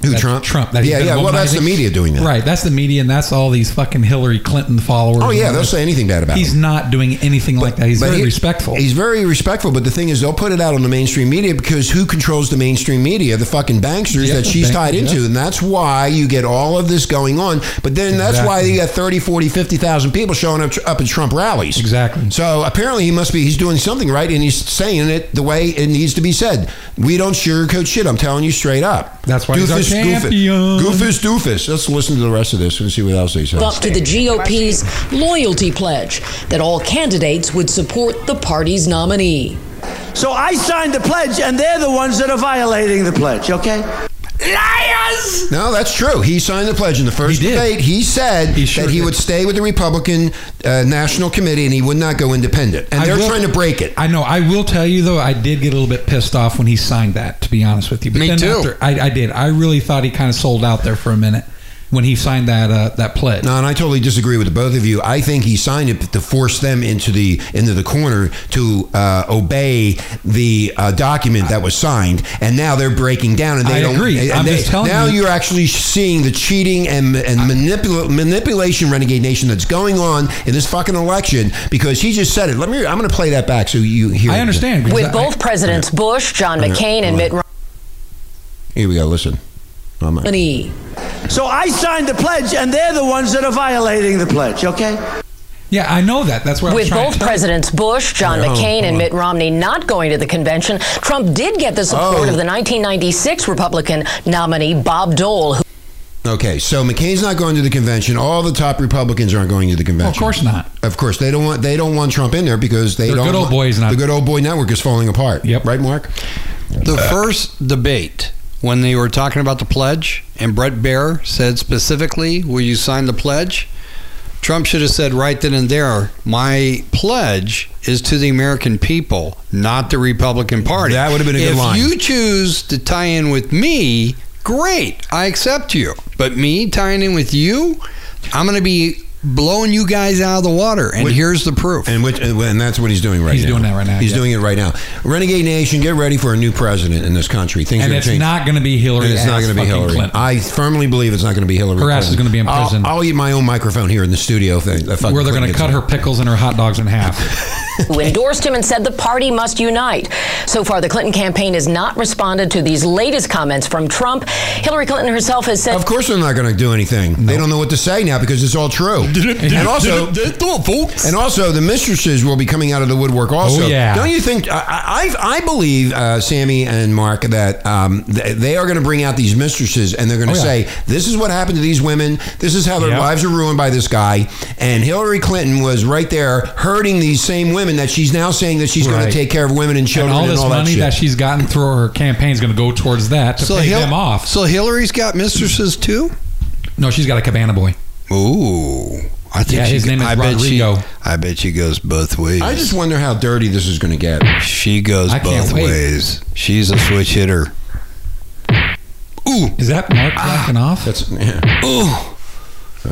Speaker 2: Who,
Speaker 3: That's
Speaker 2: Trump?
Speaker 3: Trump. that he's
Speaker 2: Yeah,
Speaker 3: been
Speaker 2: yeah, well, that's the
Speaker 3: womanizing.
Speaker 2: media doing that.
Speaker 3: Right. That's the media, and that's all these fucking Hillary Clinton followers.
Speaker 2: Oh, yeah, they'll say anything bad about
Speaker 3: He's not doing anything like that. He's
Speaker 2: but
Speaker 3: very
Speaker 2: he-
Speaker 3: respectful.
Speaker 2: He's very respectful, but the thing is, they'll put it out on the mainstream media because who controls the mainstream media? The fucking banksters
Speaker 3: Yeah,
Speaker 2: that she's
Speaker 3: bank-
Speaker 2: tied into.
Speaker 3: yeah.
Speaker 2: And that's why you get all of this going on. But then that's why
Speaker 3: Exactly.
Speaker 2: you got 30, 40, 50,000 people showing up, up at Trump rallies.
Speaker 3: Exactly.
Speaker 2: So apparently he must be, he's doing something right and he's saying it the way it needs to be said. We don't sugarcoat shit. I'm telling you straight up.
Speaker 3: That's why he's our champion.
Speaker 2: Goofus, doofus. Let's listen to the rest of this and see what else they say.
Speaker 10: up to the GOP's loyalty pledge that all candidates would support the party's nominee.
Speaker 11: So I signed the pledge, and they're the ones that are violating the pledge, okay? Liars!
Speaker 2: No, that's true. He signed the pledge in the first
Speaker 3: He did.
Speaker 2: debate. He said
Speaker 3: He sure
Speaker 2: that he
Speaker 3: did.
Speaker 2: would stay with the Republican uh, National Committee and he would not go independent. And
Speaker 3: I
Speaker 2: they're
Speaker 3: will-
Speaker 2: trying to break it.
Speaker 3: I know. I will tell you though, I did get a little bit pissed off when he signed that. To be honest with you,
Speaker 4: Me too.
Speaker 3: I, I did. I really thought he kind of sold out there for a minute when he signed that uh, that pledge.
Speaker 2: No, and I totally disagree with the both of you. I think he signed it to force them into the into the corner to uh, obey the uh, document that was signed, and now they're breaking down. And they
Speaker 3: I
Speaker 2: don't,
Speaker 3: agree.
Speaker 2: and
Speaker 3: I'm just telling
Speaker 2: now
Speaker 3: you-
Speaker 2: are actually seeing the cheating and and manipula- manipulation, renegade nation that's going on in this fucking election because he just said it. Let me. I'm going to play that back so you hear.
Speaker 3: I
Speaker 2: it.
Speaker 3: understand because I-
Speaker 10: With both Presidents Bush, John
Speaker 2: Yeah.
Speaker 10: McCain, and Mitt
Speaker 2: Here we go. Listen. I'm not-
Speaker 10: Romney.
Speaker 11: So I signed the pledge, and they're the ones that are violating the pledge, okay?
Speaker 3: yeah, I know that. That's what I was
Speaker 10: With
Speaker 3: trying
Speaker 10: both
Speaker 3: to tell you.
Speaker 10: Presidents Bush, John
Speaker 2: Hold on,
Speaker 10: McCain,
Speaker 2: hold on.
Speaker 10: and Mitt Romney not going to the convention, Trump did get the support
Speaker 2: Oh.
Speaker 10: of the 1996 Republican nominee Bob Dole. Who
Speaker 2: Okay, so McCain's not going to the convention. All the top Republicans aren't going to the convention.
Speaker 3: Well, of course not.
Speaker 2: Of course, they don't want they don't want Trump in there because they
Speaker 3: The
Speaker 2: don't.
Speaker 3: good old
Speaker 2: want-
Speaker 3: boy is not-
Speaker 2: The good old boy network is falling apart.
Speaker 3: Yep.
Speaker 2: Right, Mark.
Speaker 4: The first debate when they were talking about the pledge, and Brett Baer said specifically, "Will you sign the pledge?" Trump should have said right then and there, "My pledge is to the American people, not the Republican Party."
Speaker 2: That would have been a good
Speaker 4: if
Speaker 2: line.
Speaker 4: you choose to tie in with me, great, I accept you. But me tying in with you, I'm going to be blowing you guys out of the water, and
Speaker 2: Wait.
Speaker 4: here's the proof.
Speaker 2: And which and that's what he's doing right
Speaker 3: He's
Speaker 2: now.
Speaker 3: doing that right now,
Speaker 2: He's
Speaker 3: yeah.
Speaker 2: doing it right now. Renegade Nation, get ready for a new president in this country. Things
Speaker 3: And
Speaker 2: are going
Speaker 3: it's
Speaker 2: to change.
Speaker 3: not going to be Hillary.
Speaker 2: And it's not
Speaker 3: as
Speaker 2: going to be
Speaker 3: fucking
Speaker 2: Hillary.
Speaker 3: Clinton.
Speaker 2: I firmly believe it's not going to be Hillary.
Speaker 3: Her ass
Speaker 2: Clinton.
Speaker 3: is gonna be in
Speaker 2: I'll-
Speaker 3: prison.
Speaker 2: I'll, eat my own microphone here in the studio. Thing,
Speaker 3: where they're going to cut her pickles and her hot dogs in half.
Speaker 10: who endorsed him and said the party must unite. So far, the Clinton campaign has not responded to these latest comments from Trump. Hillary Clinton herself has said
Speaker 2: Of course, they're not going to do anything. They don't know what to say now because it's all true. and also, and also, the mistresses will be coming out of the woodwork. Also,
Speaker 3: Oh, yeah.
Speaker 2: don't you think? I, I, I believe uh, Sammy and Mark that um, th- they are going to bring out these mistresses and they're going to
Speaker 3: Oh, yeah.
Speaker 2: say, "This is what happened to these women. This is how their
Speaker 3: Yep.
Speaker 2: lives are ruined by this guy." And Hillary Clinton was right there hurting these same women that she's now saying that she's going
Speaker 3: Right.
Speaker 2: to take care of women and
Speaker 3: and
Speaker 2: children and
Speaker 3: all this money
Speaker 2: shit.
Speaker 3: that, she's gotten through her campaign is going to go towards that to pay
Speaker 4: Hil-
Speaker 3: them off.
Speaker 4: so Hillary's got mistresses too.
Speaker 3: No, she's got a cabana boy.
Speaker 4: Ooh. I think
Speaker 3: Yeah,
Speaker 4: she,
Speaker 3: his name is
Speaker 4: I bet she-
Speaker 3: Rodrigo.
Speaker 4: I bet she goes both ways.
Speaker 2: I just wonder how dirty this is going to get.
Speaker 4: she goes
Speaker 3: I can't
Speaker 4: both
Speaker 3: wait.
Speaker 4: ways. She's a switch hitter. Ooh,
Speaker 3: Is that Mark
Speaker 2: Ah.
Speaker 3: knocking off?
Speaker 2: That's yeah.
Speaker 4: ooh.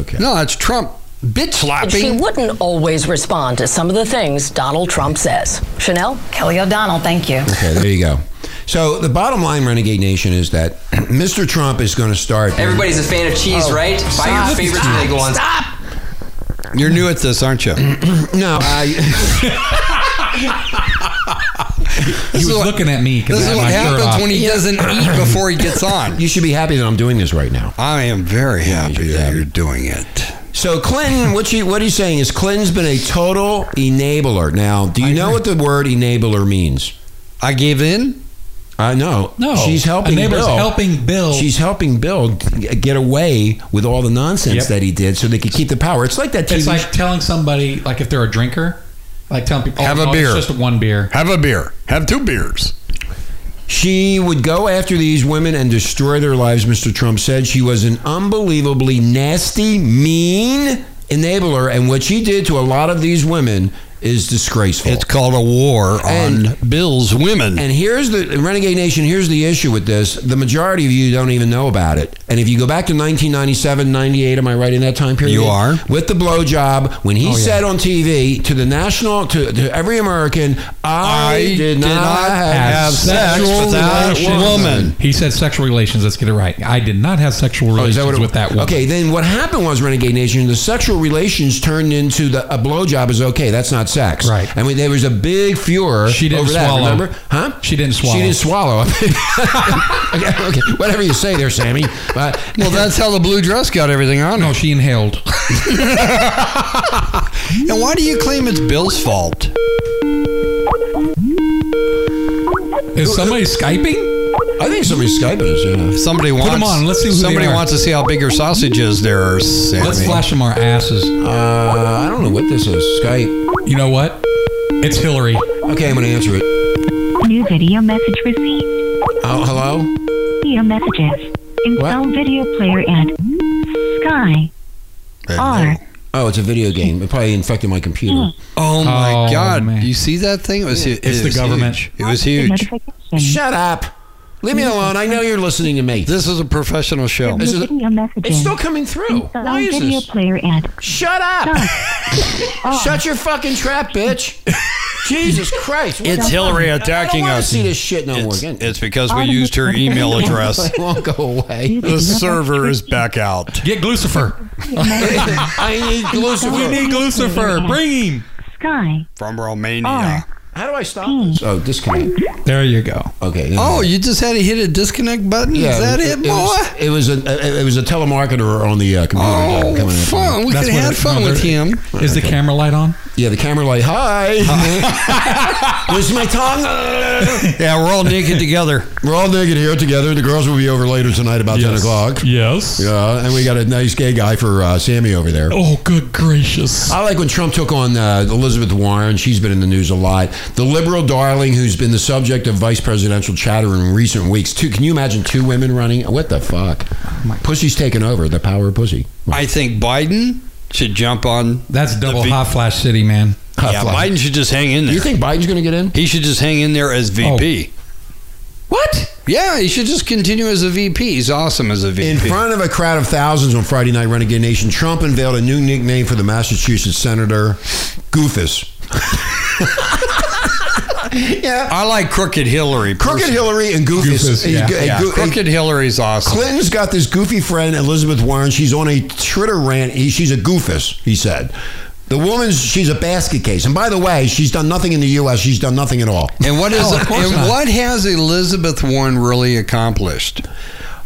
Speaker 2: okay.
Speaker 4: No, it's Trump bitch
Speaker 10: that she
Speaker 4: slapping.
Speaker 10: wouldn't always respond to some of the things Donald Trump says. Chanel?
Speaker 9: Kelly O'Donnell, thank you.
Speaker 2: Okay, there you go. So the bottom line, Renegade Nation, is that Mr. Trump is going to start.
Speaker 12: Everybody's a fan of cheese, right? Buy your favorite bagel on.
Speaker 4: You're new at this, aren't you?
Speaker 2: No, I.
Speaker 3: He was
Speaker 4: is what-
Speaker 3: looking at me because
Speaker 4: This
Speaker 3: I
Speaker 4: is
Speaker 3: had
Speaker 4: what
Speaker 3: my shirt
Speaker 4: happens
Speaker 3: off.
Speaker 4: when he doesn't eat before he gets on.
Speaker 2: you should be happy that I'm doing this right now.
Speaker 4: I am very happy
Speaker 2: you're
Speaker 4: that
Speaker 2: happy.
Speaker 4: you're doing it.
Speaker 2: So Clinton, what you what he's saying is Clinton's been a total enabler. Now, do you know what the word enabler means?
Speaker 4: I gave in.
Speaker 2: I know.
Speaker 3: No.
Speaker 2: she's helping.
Speaker 3: Enabler's
Speaker 2: Bill.
Speaker 3: helping Bill.
Speaker 2: She's helping Bill g- get away with all the nonsense
Speaker 3: Yep.
Speaker 2: that he did, so they could keep the power. It's like that TV.
Speaker 3: It's like telling somebody, like if they're a drinker, like telling people,
Speaker 4: Have
Speaker 3: oh,
Speaker 4: a
Speaker 3: no,
Speaker 4: beer.
Speaker 3: It's just one beer.
Speaker 4: Have a beer. Have two beers.
Speaker 2: She would go after these women and destroy their lives, Mr. Trump said. She was an unbelievably nasty, mean enabler. And what she did to a lot of these women is disgraceful.
Speaker 4: It's called a war on Bill's women.
Speaker 2: And here's the Renegade Nation, here's the issue with this. The majority of you don't even know about it. And if you go back to 1997, 98, am I right in that time period?
Speaker 4: You are.
Speaker 2: With the blowjob, when he said on TV to the national, to, to every American, I, did, not, have sex with that woman.
Speaker 3: He said sexual relations. Let's get it right. I did not have sexual
Speaker 2: Oh, is
Speaker 3: relations
Speaker 2: that what it-
Speaker 3: with that woman.
Speaker 2: Okay, then what happened was Renegade Nation. The sexual relations turned into the a blowjob is okay. That's not sex,
Speaker 3: Right.
Speaker 2: And we, there was a big furor
Speaker 3: She didn't
Speaker 2: over that.
Speaker 3: swallow.
Speaker 2: Remember, huh?
Speaker 3: She didn't swallow.
Speaker 2: She didn't swallow. okay, okay, whatever you say there, Sammy. Uh, But
Speaker 4: Well, that's how the blue dress got everything on
Speaker 3: No,
Speaker 4: it.
Speaker 3: she inhaled.
Speaker 4: And why do you claim it's Bill's fault?
Speaker 3: Is somebody skyping?
Speaker 2: I think somebody's skyping us. Yeah.
Speaker 4: Somebody wants.
Speaker 3: them on. Let's see who they
Speaker 4: Somebody
Speaker 3: are.
Speaker 4: wants to see how big her sausage is. There, Sammy.
Speaker 3: Let's flash them our asses.
Speaker 2: Uh, I don't know what this is. Skype.
Speaker 3: You know what? It's Hillary.
Speaker 2: Okay, I'm gonna answer it.
Speaker 13: New video message received.
Speaker 2: Oh, hello.
Speaker 13: Video messages. Install video player at Sky R.
Speaker 2: Oh, it's a video game. It probably infected my computer.
Speaker 4: Oh my
Speaker 3: Oh,
Speaker 4: God!
Speaker 3: man.
Speaker 4: You see that thing? It was, hu- it
Speaker 3: It's the
Speaker 4: was
Speaker 3: government.
Speaker 4: huge. It was huge.
Speaker 13: Notification.
Speaker 2: Shut up. Leave me alone. I know you're listening to me.
Speaker 4: This is a professional show.
Speaker 2: This is-
Speaker 13: Video messages.
Speaker 2: It's still coming through.
Speaker 13: Install
Speaker 2: Why is
Speaker 13: video
Speaker 2: this?
Speaker 13: player at
Speaker 2: Shut up. Shut your fucking trap, bitch. Jesus Christ. what
Speaker 4: It's
Speaker 2: the
Speaker 4: Hillary
Speaker 2: fuck?
Speaker 4: attacking
Speaker 2: I don't wanna
Speaker 4: us.
Speaker 2: see this shit no more
Speaker 4: It's,
Speaker 2: again.
Speaker 4: it's because we used her email address.
Speaker 2: it won't go away.
Speaker 4: The server is back out.
Speaker 3: Get Lucifer.
Speaker 2: I need Lucifer.
Speaker 3: We need Lucifer. Bring him.
Speaker 13: Sky
Speaker 4: From Romania.
Speaker 13: R.
Speaker 2: How do I stop this? Oh, disconnect.
Speaker 3: There you go.
Speaker 2: Okay. there
Speaker 4: Oh,
Speaker 2: we go.
Speaker 4: you just had to hit a disconnect button. is that it, boy?
Speaker 2: was- It was, a it was a telemarketer on the uh, computer. yeah,
Speaker 4: oh,
Speaker 2: coming in.
Speaker 4: fun! We could
Speaker 3: That's
Speaker 4: have
Speaker 3: what
Speaker 4: had
Speaker 3: it-
Speaker 4: fun
Speaker 3: no,
Speaker 4: with
Speaker 3: there-
Speaker 4: him.
Speaker 3: Is the camera light on?
Speaker 2: Yeah, the camera like, hi. Where's my tongue?
Speaker 4: Yeah, we're all naked together.
Speaker 2: We're all naked here together. The girls will be over later tonight about 10 o'clock.
Speaker 3: Yes.
Speaker 2: Yeah, Uh, and we got a nice gay guy for uh, Sammy over there.
Speaker 3: Oh, good gracious.
Speaker 2: I like when Trump took on uh, Elizabeth Warren. She's been in the news a lot. The liberal darling who's been the subject of vice presidential chatter in recent weeks. Two, can you imagine two women running? What the fuck? Pussy's taken over. The power of pussy.
Speaker 4: I think Biden should jump on.
Speaker 3: That's double
Speaker 4: V-
Speaker 3: hot flash city, man.
Speaker 4: Yeah, Biden should just hang in
Speaker 2: Do
Speaker 4: there.
Speaker 2: you think Biden's going to get in? Oh.
Speaker 4: he should just hang in there as VP.
Speaker 2: What?
Speaker 4: Yeah, he should just continue as a VP. He's awesome as a VP.
Speaker 2: In front of a crowd of thousands on Friday night, Renegade Nation, Trump unveiled a new nickname for the Massachusetts senator, Goofus. yeah.
Speaker 4: I like Crooked Hillary.
Speaker 2: Crooked
Speaker 4: personally.
Speaker 2: Hillary and Goofus.
Speaker 3: Goofus,
Speaker 2: A-
Speaker 3: yeah.
Speaker 2: a- a-
Speaker 4: Yeah,
Speaker 2: a-
Speaker 4: Crooked Hillary's awesome.
Speaker 2: Clinton's got this goofy friend, Elizabeth Warren. She's on a Twitter rant. He, she's a goofus, he said. The woman's, she's a basket case. And by the way, she's done nothing in the U.S., she's done nothing at all.
Speaker 4: And what is
Speaker 3: Oh, of course
Speaker 4: and
Speaker 3: not.
Speaker 4: what has Elizabeth Warren really accomplished?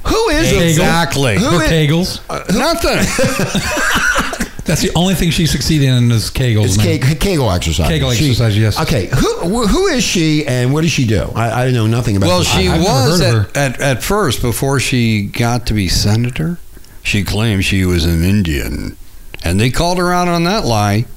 Speaker 2: Who is
Speaker 3: Hey,
Speaker 4: Exactly.
Speaker 3: Her
Speaker 2: it-
Speaker 3: kegels.
Speaker 4: Nothing.
Speaker 3: That's the only thing she succeeded in is kegels.
Speaker 2: It's
Speaker 3: man.
Speaker 2: Ke- Kegel exercise.
Speaker 3: Kegel
Speaker 2: She-
Speaker 3: exercise, yes.
Speaker 2: Okay, who who is she and what does she do? I, I know nothing about
Speaker 4: well,
Speaker 2: this.
Speaker 4: she
Speaker 3: I- I've never
Speaker 4: was
Speaker 3: heard of
Speaker 4: at, at, at first before she got to be senator. She claimed she was an Indian, and they called her out on that lie.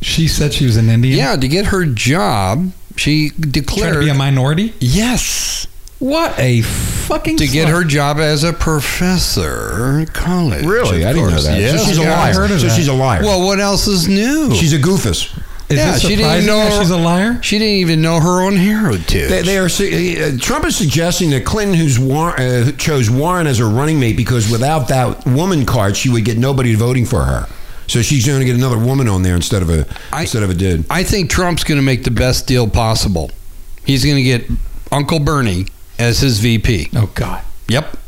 Speaker 3: She said she was an Indian.
Speaker 4: Yeah, to get her job, she
Speaker 3: Trying
Speaker 4: declared
Speaker 3: to be a minority.
Speaker 4: yes
Speaker 3: What a fucking
Speaker 4: to get
Speaker 3: slut.
Speaker 4: her job as a professor at college.
Speaker 2: Really?
Speaker 4: of
Speaker 2: I didn't know
Speaker 4: course.
Speaker 2: that.
Speaker 4: Yes.
Speaker 2: So she's a
Speaker 3: Yeah, I
Speaker 2: liar.
Speaker 3: heard of
Speaker 2: so
Speaker 3: that.
Speaker 2: she's a liar.
Speaker 4: Well, what else is new?
Speaker 2: she's a goofus.
Speaker 3: Is
Speaker 4: yeah,
Speaker 3: this
Speaker 4: she didn't
Speaker 3: surprising
Speaker 4: know
Speaker 3: that
Speaker 4: her-
Speaker 3: she's a liar?
Speaker 4: she didn't even know her own heritage.
Speaker 2: They, they are. su- Uh, Trump is suggesting that Clinton, who's War, uh, who chose Warren as her running mate, because without that woman card, she would get nobody voting for her. So she's going to get another woman on there instead of a
Speaker 4: I-
Speaker 2: instead of a dude.
Speaker 4: I think Trump's going to make the best deal possible. He's going to get Uncle Bernie as his VP.
Speaker 3: Oh God,
Speaker 4: Yep.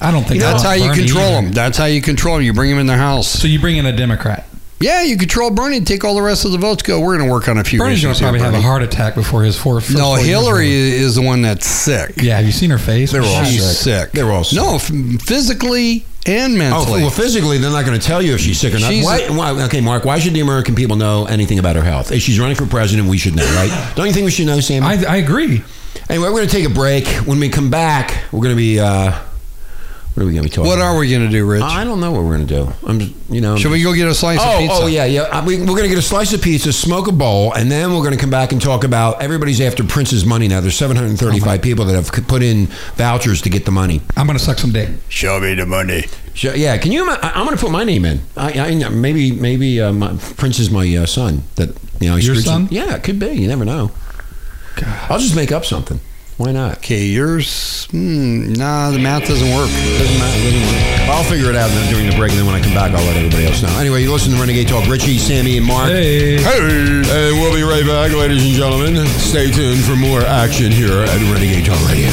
Speaker 3: I don't think
Speaker 4: That's
Speaker 3: I
Speaker 4: how
Speaker 3: want
Speaker 4: you
Speaker 3: Bernie
Speaker 4: control
Speaker 3: either.
Speaker 4: him. That's how you control him. You bring him in the house.
Speaker 3: So you bring in a Democrat.
Speaker 4: Yeah, you control Bernie. Take all the rest of the votes. Go. We're going to work on a few
Speaker 3: Bernie's gonna
Speaker 4: issues.
Speaker 3: probably
Speaker 4: here,
Speaker 3: have a
Speaker 4: Bernie.
Speaker 3: heart attack before his four. first
Speaker 4: No,
Speaker 3: four years
Speaker 4: Hillary
Speaker 3: of-
Speaker 4: is the one that's sick.
Speaker 3: Yeah, have you seen her face?
Speaker 2: They're all
Speaker 3: She's-
Speaker 4: She's sick.
Speaker 2: They're all sick.
Speaker 4: No, f- physically and
Speaker 2: Oh,
Speaker 4: mentally.
Speaker 2: well, physically, they're not going to tell you if she's sick or not.
Speaker 4: She's-
Speaker 2: Why, why, okay, Mark, why should the American people know anything about her health? If she's running for president, we should know, right? Don't you think we should know, Sam?
Speaker 3: I, I agree.
Speaker 2: Anyway, we're going to take a break. When we come back, we're going to be uh, What are we going to be talking?
Speaker 4: What are we going to do, Rich?
Speaker 2: I don't know what we're going to do. I'm, just- you know. I'm
Speaker 4: Should we
Speaker 2: just-
Speaker 4: go get a slice
Speaker 2: oh,
Speaker 4: of pizza?
Speaker 2: Oh, yeah, yeah. Uh, We, we're going to get a slice of pizza, smoke a bowl, and then we're going to come back and talk about everybody's after Prince's money now. There's 735 people that have c- put in vouchers to get the money.
Speaker 3: I'm going to suck some dick.
Speaker 2: Show me the money. yeah, can you? ima- I, am going to put my name in. I, I maybe maybe uh, my, Prince is my uh, son. That you know, he
Speaker 3: Your
Speaker 2: screwed
Speaker 3: son?
Speaker 2: some- yeah, it could be. You never know. I'll just make up something. Why not?
Speaker 4: Okay, yours. Hmm, nah, the math doesn't work. Doesn't matter. Doesn't
Speaker 2: I'll figure it out then during the break, and then when I come back, I'll let everybody else know. Anyway, you listen to Renegade Talk. Richie, Sammy, and Mark.
Speaker 3: Hey.
Speaker 2: Hey. Hey, we'll be right back, ladies and gentlemen. Stay tuned for more action here at Renegade Talk Radio.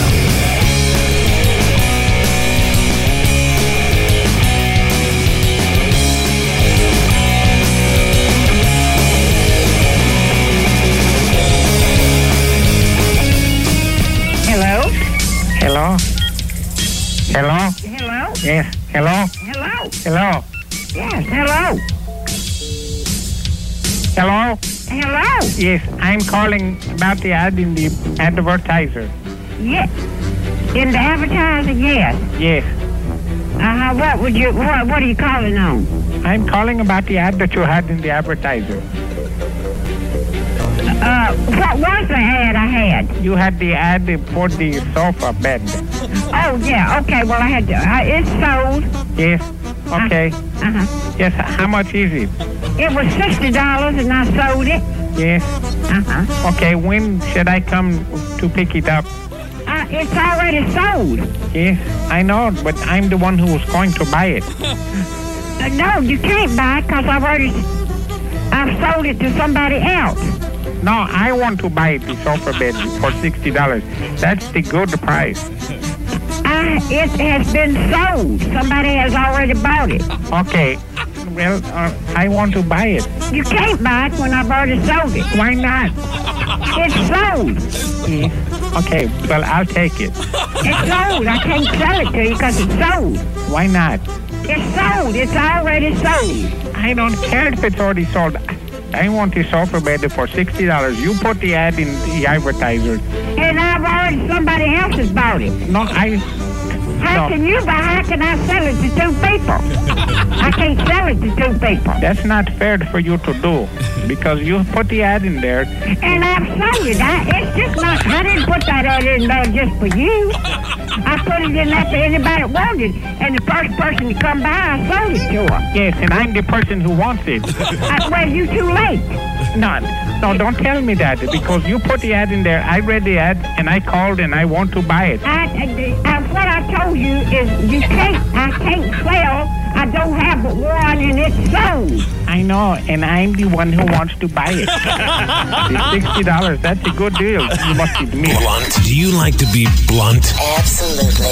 Speaker 11: Hello?
Speaker 10: Hello? Hello?
Speaker 11: Hello?
Speaker 10: Yes. Hello?
Speaker 11: Hello?
Speaker 10: Hello?
Speaker 11: Yes, hello.
Speaker 10: Hello?
Speaker 11: Hello?
Speaker 10: Yes, I'm calling about the ad in the advertiser.
Speaker 11: Yes. In the advertising, yes.
Speaker 10: Yes.
Speaker 11: Uh-huh. What would you, what, what are you calling on?
Speaker 10: I'm calling about the ad that you had in the advertiser.
Speaker 11: Uh, what was the ad I had?
Speaker 10: You had the ad for the sofa bed.
Speaker 11: Oh, yeah, okay, well, I had to, uh, it's sold.
Speaker 10: Yes. Okay.
Speaker 11: Uh-huh.
Speaker 10: Yes. How much is it?
Speaker 11: It was $60 and I sold it.
Speaker 10: Yes.
Speaker 11: Uh-huh.
Speaker 10: Okay. When should I come to pick it up?
Speaker 11: Uh, it's already sold.
Speaker 10: Yes. I know, but I'm the one who was going to buy it.
Speaker 11: Uh, no, you can't buy because I've already, I've sold it to somebody else.
Speaker 10: No, I want to buy the sofa bed for sixty dollars. That's the good price.
Speaker 11: I, it has been sold. Somebody has already bought it.
Speaker 10: Okay. Well, uh, I want to buy it.
Speaker 11: You can't buy it when I've already sold it.
Speaker 10: Why not? Mm.
Speaker 11: It's sold.
Speaker 10: Okay. Well, I'll take it.
Speaker 11: It's sold. I can't sell it to you because it's sold.
Speaker 10: Why not?
Speaker 11: It's sold. It's already sold.
Speaker 10: I don't care if it's already sold. I want the sofa bed for sixty dollars. You put the ad in the advertiser.
Speaker 11: And I've already, somebody else has bought it.
Speaker 10: No, I.
Speaker 11: How
Speaker 10: No.
Speaker 11: can you buy, how can I sell it to two people? I can't sell it to two people.
Speaker 10: That's not fair for you to do because you put the ad in there.
Speaker 11: And I've sold it. I, it's just not, I didn't put that ad in there just for you. I put it in there for anybody that wanted. And the first person to come by, I sold it to them.
Speaker 10: Yes, and I'm the person who wants it.
Speaker 11: I, well, you too late.
Speaker 10: No, no, don't tell me that because you put the ad in there. I read the ad and I called and I want to buy it.
Speaker 11: I, I, I, what I told you is you can't, I can't sell. I don't have but one and it's sold.
Speaker 10: I know, and I'm the one who wants to buy it. It's sixty dollars. That's a good deal. You must admit.
Speaker 14: Blunt. Do you like to be blunt?
Speaker 15: Absolutely.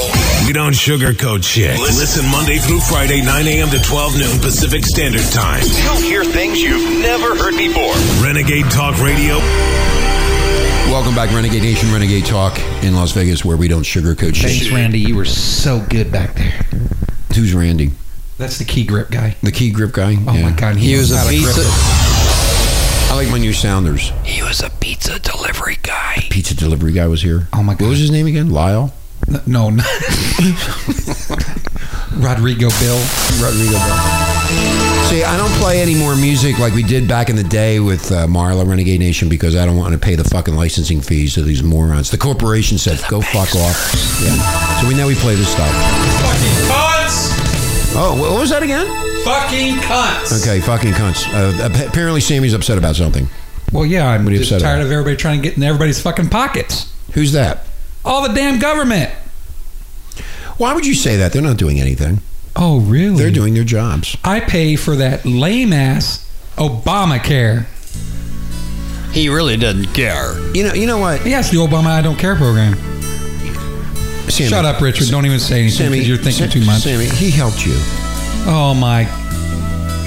Speaker 14: We don't sugarcoat shit. Listen Monday through Friday, 9 a.m. to 12 noon Pacific Standard Time.
Speaker 16: You'll hear things you've never heard before.
Speaker 14: Renegade Talk Radio.
Speaker 2: Welcome back, Renegade Nation, Renegade Talk in Las Vegas, where we don't sugarcoat
Speaker 3: Thanks,
Speaker 2: shit.
Speaker 3: Randy. You were so good back there.
Speaker 2: Who's Randy?
Speaker 3: That's the key grip guy.
Speaker 2: The key grip guy.
Speaker 3: Oh my God, he,
Speaker 4: He was
Speaker 3: knows
Speaker 4: a
Speaker 3: how to grip
Speaker 4: pizza.
Speaker 3: it.
Speaker 2: I like my new Sounders.
Speaker 4: He was a pizza delivery guy.
Speaker 2: Pizza delivery guy was here.
Speaker 3: Oh my God.
Speaker 2: What was his name again? Lyle.
Speaker 3: No, no. Rodrigo Bill.
Speaker 2: Rodrigo Bill. See, I don't play any more music like we did back in the day with uh, Marla Renegade Nation because I don't want to pay the fucking licensing fees to these morons. The corporation said, "Go fuck off." Yeah. So we now we play this stuff.
Speaker 3: Fucking cunts!
Speaker 2: Oh, what was that again?
Speaker 3: Fucking cunts!
Speaker 2: Okay, fucking cunts. Uh, ap- apparently, Sammy's upset about something.
Speaker 3: Well, yeah, I'm
Speaker 2: What are you
Speaker 3: just
Speaker 2: upset
Speaker 3: tired of everybody trying to get in everybody's fucking pockets.
Speaker 2: Who's that?
Speaker 3: All the damn government.
Speaker 2: Why would you say that? They're not doing anything.
Speaker 3: Oh, really?
Speaker 2: They're doing their jobs.
Speaker 3: I pay for that lame ass Obamacare.
Speaker 4: He really doesn't care.
Speaker 2: You know. You know what?
Speaker 3: Yes, the Obama I don't care program.
Speaker 2: Sammy,
Speaker 3: Shut up, Richard. Don't even say anything
Speaker 2: Sammy,
Speaker 3: because you're thinking
Speaker 2: Sa-
Speaker 3: too much.
Speaker 2: Sammy, he helped you.
Speaker 3: Oh my!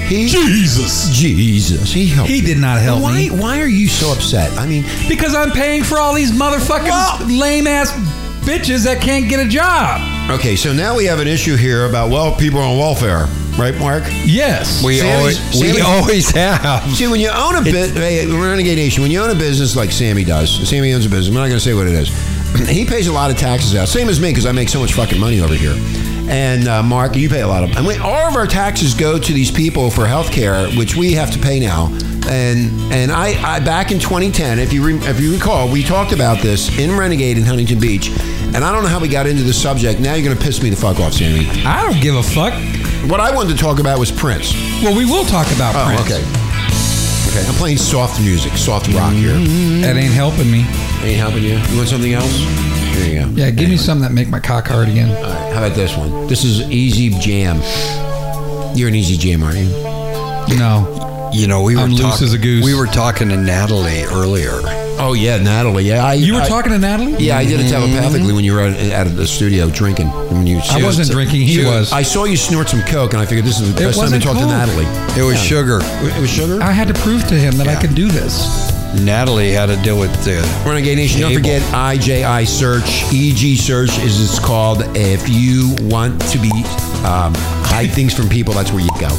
Speaker 2: He
Speaker 3: Jesus!
Speaker 2: Jesus, he helped.
Speaker 3: He
Speaker 2: you.
Speaker 3: did not help
Speaker 2: why,
Speaker 3: me.
Speaker 2: Why are you so upset? I mean,
Speaker 3: Because I'm paying for all these motherfucking lame ass bitches that can't get a job.
Speaker 2: okay, so now we have an issue here about well, people on welfare, right, Mark?
Speaker 3: Yes.
Speaker 4: We
Speaker 2: Sammy's-
Speaker 4: always, we
Speaker 2: Sammy's-
Speaker 4: always have.
Speaker 2: See, when you own a bit, hey, Renegade Nation, when you own a business like Sammy does, Sammy owns a business. I'm not going to say what it is. He pays a lot of taxes out, same as me, because I make so much fucking money over here. And uh, Mark, you pay a lot of. And we, all of our taxes go to these people for health care, which we have to pay now. And and I, I back in 2010, if you re, if you recall, we talked about this in Renegade in Huntington Beach. And I don't know how we got into this subject. Now you're going to piss me the fuck off, Sammy.
Speaker 3: I don't give a fuck.
Speaker 2: What I wanted to talk about was Prince.
Speaker 3: Well, we will talk about
Speaker 2: oh,
Speaker 3: Prince.
Speaker 2: Okay. Okay. I'm playing soft music, soft rock here.
Speaker 3: That ain't helping me.
Speaker 2: Ain't helping you. You want something else? Here you go.
Speaker 3: Yeah, give me some that make my cock hard again.
Speaker 2: All right, how about this one? This is Easy Jam. You're an Easy Jam, aren't you?
Speaker 3: No.
Speaker 4: You know, we were
Speaker 3: I'm loose
Speaker 4: talk-
Speaker 3: as a goose.
Speaker 4: We were talking to Natalie earlier.
Speaker 2: Oh yeah, Natalie. Yeah, I,
Speaker 3: You were
Speaker 2: I-
Speaker 3: talking to Natalie?
Speaker 2: Yeah, I did it telepathically when you were out, out of the studio drinking. When you,
Speaker 3: I wasn't drinking, he
Speaker 2: Dude,
Speaker 3: was.
Speaker 2: I saw you snort some coke, and I figured this is the
Speaker 3: It
Speaker 2: best time to
Speaker 3: wasn't
Speaker 2: talk to
Speaker 3: coke.
Speaker 2: Natalie.
Speaker 4: It was
Speaker 2: Yeah.
Speaker 4: sugar.
Speaker 2: It was sugar.
Speaker 3: I had to prove to him that I could do this.
Speaker 4: Natalie had to deal with the.
Speaker 2: Renegade Nation, don't
Speaker 4: Cable.
Speaker 2: forget IJI Search. EG Search is it's called. If you want to be um, hide things from people, that's where you go.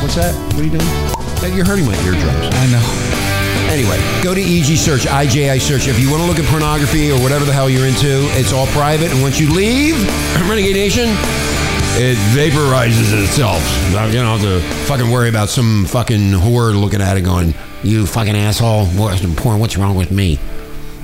Speaker 2: What's that? What are you doing? That- You're hurting my eardrums.
Speaker 3: I know.
Speaker 2: Anyway, go to EG Search, IJI Search. If you want to look at pornography or whatever the hell you're into, it's all private. And once you leave Renegade Nation, it vaporizes itself. You don't have to fucking worry about some fucking whore looking at it going, you fucking asshole, what's porn? What's wrong with me?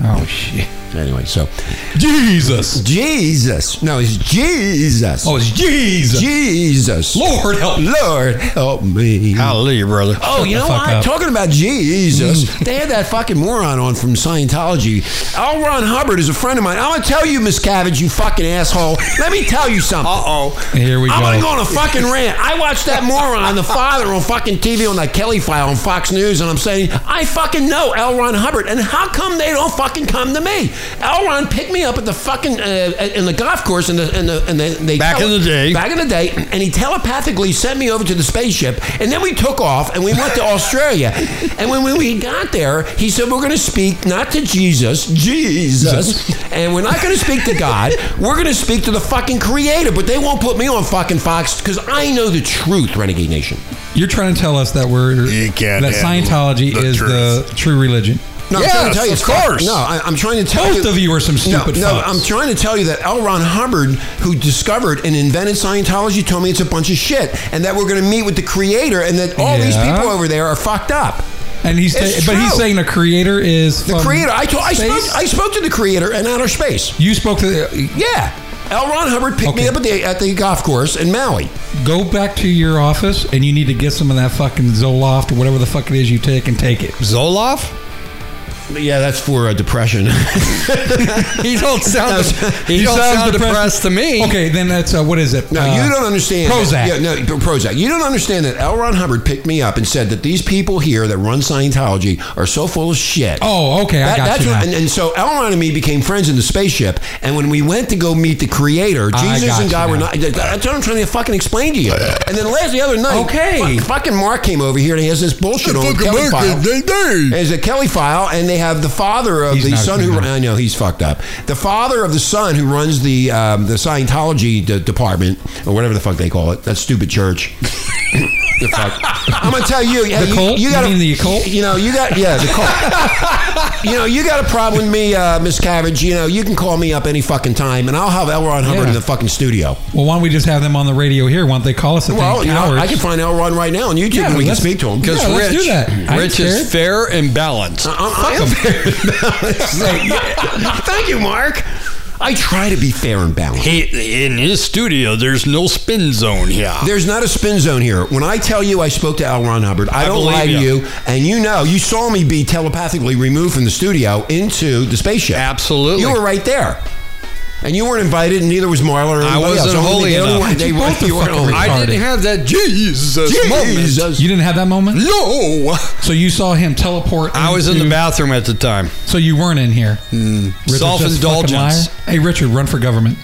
Speaker 3: Oh shit.
Speaker 2: Anyway, so
Speaker 3: Jesus.
Speaker 2: Jesus. No, it's Jesus.
Speaker 3: Oh, it's Jesus.
Speaker 2: Jesus.
Speaker 3: Lord help. me.
Speaker 2: Lord help me.
Speaker 4: Hallelujah, brother.
Speaker 2: Oh, you
Speaker 3: the
Speaker 2: know
Speaker 3: fuck
Speaker 2: what?
Speaker 3: up. Mm.
Speaker 2: Talking about Jesus, they had that fucking moron on from Scientology. L. Ron Hubbard is a friend of mine. I'm gonna tell you, Miss Cavage, you fucking asshole. Let me tell you something. Uh oh.
Speaker 3: Here we
Speaker 2: I'm
Speaker 3: go.
Speaker 2: gonna go on a fucking rant. I watched that moron on the father on fucking TV on that Kelly file on Fox News, and I'm saying I fucking know L. Ron Hubbard, and how come they don't fucking come to me? L. Ron picked me up at the fucking uh, in the golf course, and the and the and the, they
Speaker 4: Back in the day.
Speaker 2: back in the day, and he telepathically sent me over to the spaceship, and then we took off and we went to Australia, and when we- we got there, he said we're going to speak not to Jesus, Jesus, and we're not going to speak to God. We're going to speak to the fucking Creator, but they won't put me on fucking Fox because I know the truth, Renegade Nation.
Speaker 3: You're trying to tell us that we're
Speaker 17: You can't
Speaker 3: that
Speaker 17: handle
Speaker 3: Scientology
Speaker 17: the
Speaker 3: is the true religion.
Speaker 2: No, I'm trying to tell you,
Speaker 4: Yes, of course.
Speaker 2: No, I, am trying to tell you.
Speaker 3: Both of you are some stupid
Speaker 2: No, no
Speaker 3: fucks.
Speaker 2: I'm trying to tell you that L. Ron Hubbard, who discovered and invented Scientology, told me it's a bunch of shit, and that we're going to meet with the creator, and that all these
Speaker 3: Yeah.
Speaker 2: people over there are fucked up.
Speaker 3: and he's
Speaker 2: It's
Speaker 3: but he's
Speaker 2: true.
Speaker 3: saying the creator is
Speaker 2: The
Speaker 3: from
Speaker 2: creator, I told, I spoke,
Speaker 3: space?
Speaker 2: I spoke to the creator in outer space.
Speaker 3: You spoke to the,
Speaker 2: Yeah, L. Ron Hubbard picked me
Speaker 3: Okay.
Speaker 2: up at the at the golf course in Maui.
Speaker 3: go back to your office and you need to get some of that fucking Zoloft or whatever the fuck it is you take and take it.
Speaker 4: Zoloff?
Speaker 2: Yeah, that's for
Speaker 3: uh,
Speaker 2: a depression.
Speaker 4: He don't sound. he, don't sound depressed to me.
Speaker 3: Okay, then that's uh, what is it?
Speaker 2: No,
Speaker 3: Uh,
Speaker 2: you don't understand.
Speaker 3: Prozac.
Speaker 2: Yeah, no, Prozac. You don't understand that L. Ron Hubbard picked me up and said that these people here that run Scientology are so full of shit.
Speaker 3: Oh, okay, I
Speaker 2: That-
Speaker 3: got
Speaker 2: that's
Speaker 3: you.
Speaker 2: what-
Speaker 3: now.
Speaker 2: and, and so L. Ron and me became friends in the spaceship. And when we went to go meet the Creator,
Speaker 3: I
Speaker 2: Jesus
Speaker 3: got
Speaker 2: and
Speaker 3: you
Speaker 2: God were
Speaker 3: now.
Speaker 2: not. That's what I'm trying to fucking explain to you. And then last the other night,
Speaker 3: Okay.
Speaker 2: fuck- fucking Mark came over here and he has this bullshit on the Kelly file. There's a Kelly file, and they have the father of
Speaker 3: He's
Speaker 2: the
Speaker 3: not
Speaker 2: son who.
Speaker 3: human.
Speaker 2: I know he's fucked up. The father of the son who runs the um, the Scientology de- department or whatever the fuck they call it. That stupid church. The fuck. I'm gonna tell you,
Speaker 3: The
Speaker 2: you,
Speaker 3: cult?
Speaker 2: you
Speaker 3: You
Speaker 2: got
Speaker 3: mean the occult?
Speaker 2: You know, you got yeah, the cult. you know, you got a problem with me, uh, Miss Cabbage. You know, you can call me up any fucking time, and I'll have L. Ron Hubbard
Speaker 3: Yeah.
Speaker 2: in the fucking studio.
Speaker 3: well, why don't we just have them on the radio here? Why don't they call us at
Speaker 2: Well,
Speaker 3: the
Speaker 2: you know,
Speaker 3: towers?
Speaker 2: I can find L. Ron right now on YouTube,
Speaker 3: Yeah,
Speaker 2: and we can
Speaker 3: let's-
Speaker 2: speak to him.
Speaker 4: Because
Speaker 3: Yeah,
Speaker 4: Rich,
Speaker 3: let's do that. I ain't
Speaker 4: Rich is
Speaker 3: scared.
Speaker 4: fair and balanced.
Speaker 2: I- I- I am fair and balanced. Like, yeah. Thank you, Mark. I try to be fair and balanced.
Speaker 4: He, in his studio, there's no spin zone here.
Speaker 2: There's not a spin zone here. When I tell you I spoke to Al Ron Hubbard, I,
Speaker 4: I
Speaker 2: don't
Speaker 4: believe
Speaker 2: lie to
Speaker 4: you.
Speaker 2: you, and you know you saw me be telepathically removed from the studio into the spaceship.
Speaker 4: Absolutely.
Speaker 2: you were right there, and you weren't invited, and neither was Marla. Or
Speaker 4: I
Speaker 2: anybody
Speaker 4: wasn't
Speaker 2: else.
Speaker 4: holy
Speaker 2: Only the only
Speaker 4: enough.
Speaker 2: one- They
Speaker 3: You
Speaker 2: were,
Speaker 3: both are
Speaker 2: you weren't
Speaker 3: fucking
Speaker 2: holy.
Speaker 3: retarded.
Speaker 4: I didn't have that Jesus, moment.
Speaker 2: Jesus.
Speaker 3: you didn't have that moment?
Speaker 4: No.
Speaker 3: So you saw him teleport.
Speaker 4: I was in
Speaker 3: into-
Speaker 4: the bathroom at the time.
Speaker 3: So you weren't in here. Richard's just a fucking
Speaker 4: Self-indulgence.
Speaker 3: liar. Hey, Richard, run for government.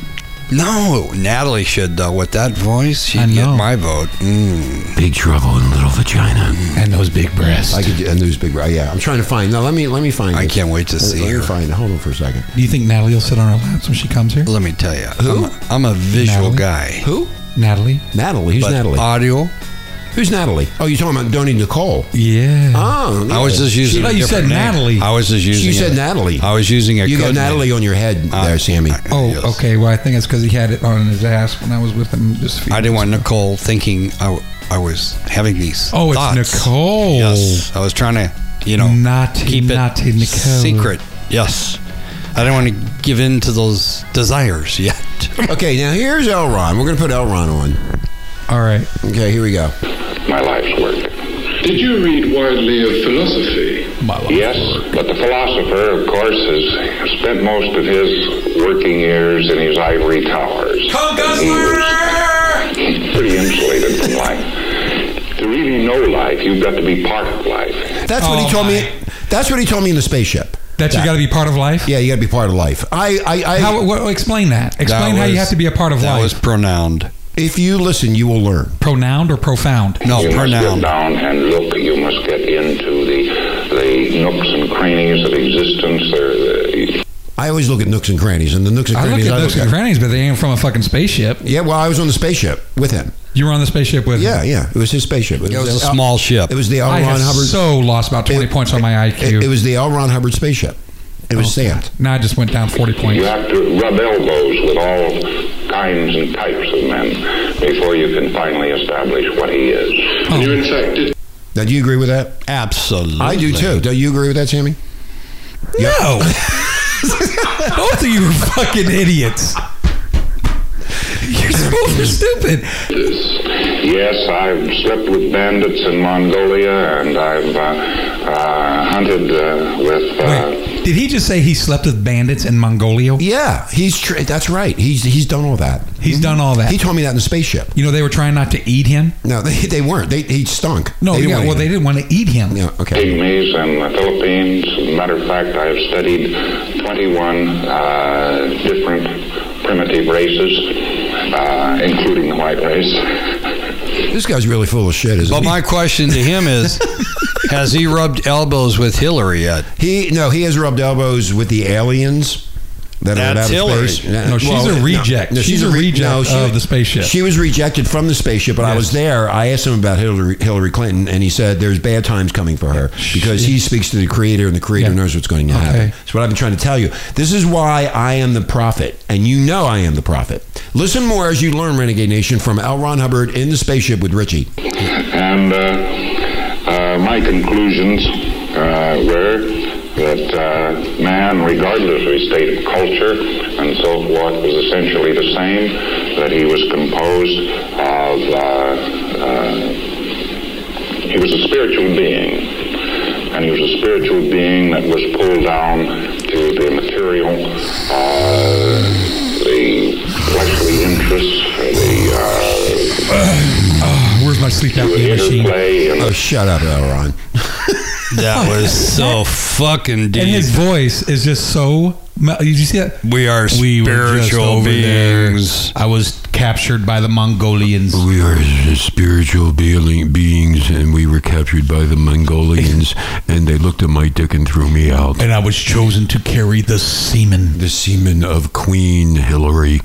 Speaker 4: No, Natalie should though. With that voice,
Speaker 3: I
Speaker 4: she'd get
Speaker 3: know.
Speaker 4: my vote. Mm.
Speaker 2: Big trouble in little vagina.
Speaker 3: And those big breasts.
Speaker 2: I could and those big. Yeah, I'm trying to find. Now let me let me find.
Speaker 4: I
Speaker 2: this.
Speaker 4: can't wait to
Speaker 2: Let-
Speaker 4: see
Speaker 2: let
Speaker 4: her.
Speaker 2: Me find. it. Hold on for a second.
Speaker 3: Do you think Natalie will sit on our laps when she comes here?
Speaker 4: Let me tell you, I'm, a, I'm a visual
Speaker 3: Natalie?
Speaker 4: guy,
Speaker 2: Who?
Speaker 3: Natalie?
Speaker 2: Natalie. Who's
Speaker 4: but uh,
Speaker 2: Natalie?
Speaker 4: audio
Speaker 2: Who's Natalie? Oh, you're talking about Donnie Nicole.
Speaker 3: Yeah.
Speaker 2: Oh,
Speaker 4: I was just using.
Speaker 2: No,
Speaker 4: a different name. I was just using.
Speaker 2: You said
Speaker 4: it.
Speaker 2: Natalie.
Speaker 4: I was using a.
Speaker 2: You got
Speaker 4: code name.
Speaker 2: Natalie on your head there, Sammy.
Speaker 3: Oh, okay. Well, I think it's because he had it on his ass when I was with him. Just a few
Speaker 4: I
Speaker 3: minutes
Speaker 4: didn't want
Speaker 3: ago.
Speaker 4: Nicole thinking I, w- I was having these.
Speaker 3: Oh, it's
Speaker 4: thoughts.
Speaker 3: Nicole.
Speaker 4: Yes, I was trying to, you know,
Speaker 3: Naughty,
Speaker 4: keep it
Speaker 3: naughty Nicole.
Speaker 4: secret. Yes, I didn't want to give in to those desires yet.
Speaker 2: okay, now here's Elron. We're going to put Elron on.
Speaker 3: All right.
Speaker 2: Okay, here we go.
Speaker 18: my life's work. Did you read widely of philosophy? yes, but the philosopher, of course, has spent most of his working years in his ivory towers. He was Pretty insulated from life. To really know life, you've got to be part of life.
Speaker 2: That's what he
Speaker 18: Oh,
Speaker 2: told me. That's what he told me in the spaceship.
Speaker 3: That you got to be part of life.
Speaker 2: Yeah, you got to be part of life. I, I, I
Speaker 3: How, what, explain that. Explain
Speaker 4: That
Speaker 3: how you
Speaker 4: was-
Speaker 3: have to be a part of
Speaker 4: that
Speaker 3: life.
Speaker 4: was pronouned.
Speaker 2: If you listen, you will learn.
Speaker 3: Pronouned or profound?
Speaker 18: you must get down and look. You must get into the the nooks and crannies of existence. There, the,
Speaker 2: I always look at nooks and crannies, and the nooks and
Speaker 3: I look
Speaker 2: crannies.
Speaker 3: at nooks and crannies, but they ain't from a fucking spaceship.
Speaker 2: Yeah, well, I was on the spaceship with him.
Speaker 3: You were on the spaceship with
Speaker 2: Yeah,
Speaker 3: him.
Speaker 2: yeah, it was his spaceship. It,
Speaker 4: was
Speaker 2: the
Speaker 4: a
Speaker 2: L-
Speaker 4: small ship.
Speaker 2: It was the L.
Speaker 3: I
Speaker 2: Ron
Speaker 3: had
Speaker 2: Hubbard.
Speaker 3: so lost about 20 points on my IQ.
Speaker 2: it, it was the L. Ron Hubbard spaceship. It
Speaker 3: Oh,
Speaker 2: was sand.
Speaker 3: now I just went down 40 points.
Speaker 18: you have to rub elbows with all kinds and types of men before you can finally establish what he is.
Speaker 3: Oh.
Speaker 18: You in fact did
Speaker 2: Now, do you agree with that?
Speaker 4: Absolutely.
Speaker 2: I do too. Do you agree with that, Sammy?
Speaker 3: No. Both of you are fucking idiots.
Speaker 18: Uh,
Speaker 3: You're both are stupid.
Speaker 18: this. Yes, I've slept with bandits in Mongolia, and I've uh, uh, hunted uh, with. Uh,
Speaker 3: Did he just say he slept with bandits in Mongolia?
Speaker 2: Yeah, he's tr- that's right. He's he's done all that.
Speaker 3: He's done all that.
Speaker 2: He told me that in the spaceship.
Speaker 3: You know, they were trying not to eat him.
Speaker 2: No, they, they weren't. They he stunk.
Speaker 3: No,
Speaker 2: They didn't
Speaker 3: yeah,
Speaker 2: want
Speaker 3: well,
Speaker 2: to
Speaker 3: they
Speaker 2: eat
Speaker 3: didn't want to eat him.
Speaker 2: him. Yeah, okay.
Speaker 18: pygmies in the Philippines. As a matter of fact, I have studied 21 uh, different primitive races, uh, including the white race.
Speaker 2: This guy's really full of shit, isn't
Speaker 4: But
Speaker 2: he?
Speaker 4: my question to him is, has he rubbed elbows with Hillary yet?
Speaker 2: He no, he has rubbed elbows with the aliens. That are in
Speaker 4: That's
Speaker 2: outer
Speaker 4: Hillary.
Speaker 2: Space.
Speaker 3: No, she's a reject. She's a
Speaker 2: re-
Speaker 3: reject of the spaceship.
Speaker 2: She was rejected from the spaceship, but I was there. I asked him about Hillary, Hillary Clinton, and he said there's bad times coming for her because he speaks to the creator, and the creator
Speaker 3: Yeah.
Speaker 2: knows what's going to
Speaker 3: Okay.
Speaker 2: happen. That's what I've been trying to tell you. This is why I am the prophet, and you know I am the prophet. Listen more as you learn, Renegade Nation, from L. Ron Hubbard in the spaceship with Richie.
Speaker 18: And uh, uh, my conclusions uh, were that uh, man, regardless of his state of culture and so forth, was essentially the same, that he was composed of, uh, uh, he was a spiritual being. And he was a spiritual being that was pulled down to the material, uh, the fleshly interests, the. Uh,
Speaker 3: Oh, where's my sleep apnea machine?
Speaker 18: interplay and
Speaker 2: Oh, shut up, L. Ron.
Speaker 4: That was so fucking deep.
Speaker 3: And his voice is just so. Did you see that?
Speaker 4: we are spiritual beings.
Speaker 3: I was captured by the Mongolians.
Speaker 19: We are spiritual being, beings, and we were captured by the Mongolians, and they looked at my dick and threw me out.
Speaker 3: And I was chosen to carry the semen.
Speaker 19: The semen of Queen Hillary.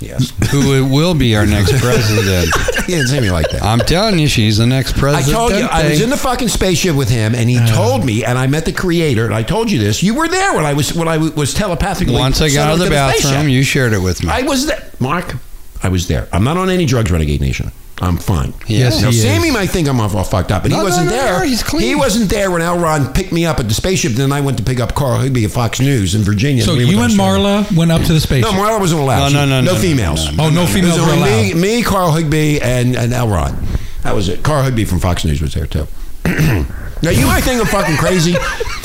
Speaker 2: Yes.
Speaker 4: Who will be our next president?
Speaker 2: He didn't say me like that.
Speaker 4: I'm telling you, she's the next
Speaker 2: I
Speaker 4: president.
Speaker 2: told you, I was in the fucking spaceship with him, and he told me, and I met the creator, and I told you this. You were there when I was when I w- was telepathically.
Speaker 4: Once I
Speaker 2: sent
Speaker 4: got out of the
Speaker 2: to spaceship.
Speaker 4: bathroom, you shared it with me.
Speaker 2: I was there, Mark. I was there. I'm not on any drugs, Renegade Nation. I'm fine.
Speaker 4: Yes,
Speaker 2: now,
Speaker 4: he is.
Speaker 2: Sammy might think I'm all, all fucked up, but
Speaker 4: No,
Speaker 2: he
Speaker 4: no,
Speaker 2: wasn't
Speaker 4: no,
Speaker 2: there.
Speaker 4: no, he's clean.
Speaker 2: He wasn't there when Elron picked me up at the spaceship. Then I went to pick up Carl Higby at Fox News in Virginia.
Speaker 3: So
Speaker 2: we went
Speaker 3: you
Speaker 2: to
Speaker 3: and
Speaker 2: Australia.
Speaker 3: Marla went up to the spaceship.
Speaker 2: No, Marla wasn't allowed.
Speaker 4: No, no, no,
Speaker 2: She-
Speaker 4: no,
Speaker 2: no,
Speaker 4: no,
Speaker 2: females.
Speaker 4: no,
Speaker 3: oh, no
Speaker 2: It
Speaker 3: females
Speaker 2: was
Speaker 3: were
Speaker 2: only me,
Speaker 3: allowed.
Speaker 2: me, Carl Higby, and and Elrod. That was it. Carl Higby from Fox News was there too. now you might think I'm fucking crazy,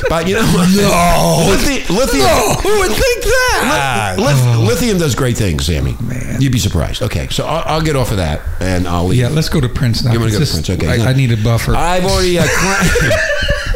Speaker 2: but you know what?
Speaker 4: No.
Speaker 2: lithium. lithium
Speaker 4: who would think that? Oh,
Speaker 2: Lith- lithium does great things, Sammy. You'd be surprised. Okay, so I'll, I'll get off of that and I'll leave.
Speaker 3: Yeah, let's go to Prince now.
Speaker 2: You want to go
Speaker 3: It's
Speaker 2: to
Speaker 3: just-
Speaker 2: Prince? Okay.
Speaker 3: I,
Speaker 2: No.
Speaker 3: I need a buffer.
Speaker 2: I've already. Uh, cla-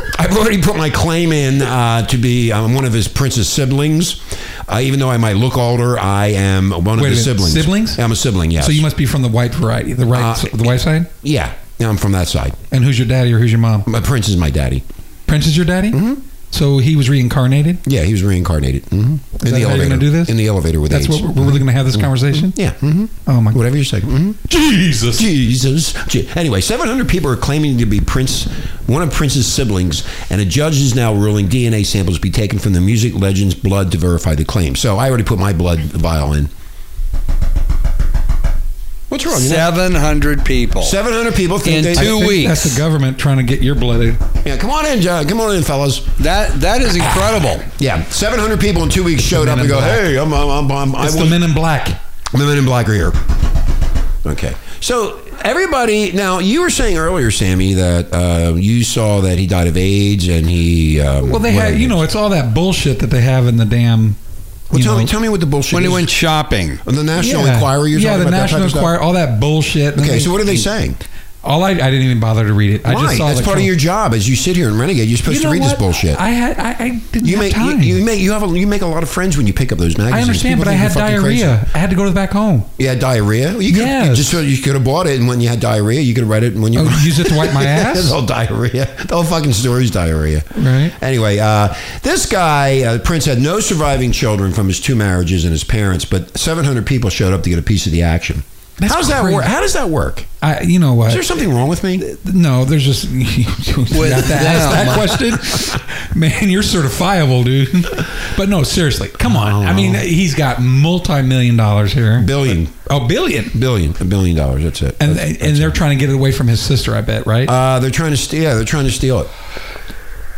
Speaker 2: I've already put my claim in uh, to be um, one of his prince's siblings. Uh, even though I might look older, I am one
Speaker 3: Wait a
Speaker 2: of
Speaker 3: minute,
Speaker 2: his siblings.
Speaker 3: siblings?
Speaker 2: I'm a sibling. Yes.
Speaker 3: So you must be from the white variety, the right,
Speaker 2: Uh,
Speaker 3: the white side.
Speaker 2: Yeah, yeah, I'm from that side.
Speaker 3: And who's your daddy or who's your mom?
Speaker 2: My prince is my daddy.
Speaker 3: Prince is your daddy. Mm-hmm. So he was reincarnated.
Speaker 2: Yeah, he was reincarnated. Mm-hmm.
Speaker 3: Is that how you're going to do this?
Speaker 2: In the elevator with
Speaker 3: That's
Speaker 2: AIDS.
Speaker 3: what we're, we're really going to have this
Speaker 2: Mhm.
Speaker 3: conversation.
Speaker 2: Yeah. mhm.
Speaker 3: Oh my.
Speaker 2: Whatever you're saying. Mhm. Jesus. Jesus. Je- Anyway, 700 people are claiming to be Prince, one of Prince's siblings, and a judge is now ruling DNA samples be taken from the music legend's blood to verify the claim. So I already put my blood vial in. What's wrong? You're not-
Speaker 4: 700 people.
Speaker 2: 700 people think
Speaker 4: In
Speaker 2: they-
Speaker 4: two
Speaker 2: I think
Speaker 4: weeks.
Speaker 3: That's the government trying to get your blood in.
Speaker 2: Yeah, come on in, John. Come on in, fellas.
Speaker 4: That that is incredible.
Speaker 2: Yeah, 700 people in two weeks showed up
Speaker 3: Men
Speaker 2: and
Speaker 3: in
Speaker 2: go,
Speaker 3: Black.
Speaker 2: "Hey, I'm, I'm, I'm, I'm
Speaker 3: It's
Speaker 2: I
Speaker 3: the
Speaker 2: was-
Speaker 3: Men in Black.
Speaker 2: The men in black are here. Okay. So everybody, now you were saying earlier, Sammy, that uh, you saw that he died of AIDS and he. Um,
Speaker 3: Well, they
Speaker 2: whatever.
Speaker 3: had, you know, it's all that bullshit that they have in the damn.
Speaker 2: Well,
Speaker 3: you
Speaker 2: tell
Speaker 3: know,
Speaker 2: me, tell me what the bullshit
Speaker 4: When he
Speaker 2: is.
Speaker 4: went shopping.
Speaker 2: the National
Speaker 3: Yeah.
Speaker 2: Inquiry, you're
Speaker 3: yeah,
Speaker 2: talking
Speaker 3: the
Speaker 2: about
Speaker 3: National
Speaker 2: that type of
Speaker 3: Inquiry, all that bullshit. And
Speaker 2: Stuff? Okay,
Speaker 3: then
Speaker 2: so what are they saying?
Speaker 3: All I, I didn't even bother to read it.
Speaker 2: Why?
Speaker 3: I just saw
Speaker 2: That's
Speaker 3: the
Speaker 2: part of your job. As you sit here and renegade, you're supposed
Speaker 3: You know
Speaker 2: to read
Speaker 3: what?
Speaker 2: this bullshit.
Speaker 3: I had I, I didn't
Speaker 2: you
Speaker 3: have
Speaker 2: make
Speaker 3: time.
Speaker 2: You, you make you have a, you make a lot of friends when you pick up those magazines.
Speaker 3: I understand,
Speaker 2: People
Speaker 3: but I
Speaker 2: think
Speaker 3: had
Speaker 2: you're fucking crazy.
Speaker 3: diarrhea. I had to go to the back home.
Speaker 2: You had diarrhea. Well, You could, you
Speaker 3: Yes.
Speaker 2: just you could have bought it, and when you had diarrhea, you could have read it, and when you
Speaker 3: Oh, use it to wipe my
Speaker 2: it's
Speaker 3: ass.
Speaker 2: all diarrhea. The whole fucking story's diarrhea.
Speaker 3: Right.
Speaker 2: Anyway, uh, this guy uh, Prince had no surviving children from his two marriages and his parents, but 700 people showed up to get a piece of the action.
Speaker 3: That's
Speaker 2: How's that
Speaker 3: crazy. Uh,
Speaker 2: work? How does that work?
Speaker 3: I, you know what?
Speaker 2: Is there something wrong with me?
Speaker 3: no, there's just you have to ask that question, man. You're certifiable, dude. But no, seriously, come on. I mean, he's got multi-million dollars here,
Speaker 2: Billion,
Speaker 3: oh billion,
Speaker 2: billion, a billion dollars. That's it.
Speaker 3: and
Speaker 2: That's-
Speaker 3: and they're trying to get it away from his sister. I bet, right?
Speaker 2: uh, they're trying to steal. Yeah, they're trying to steal it.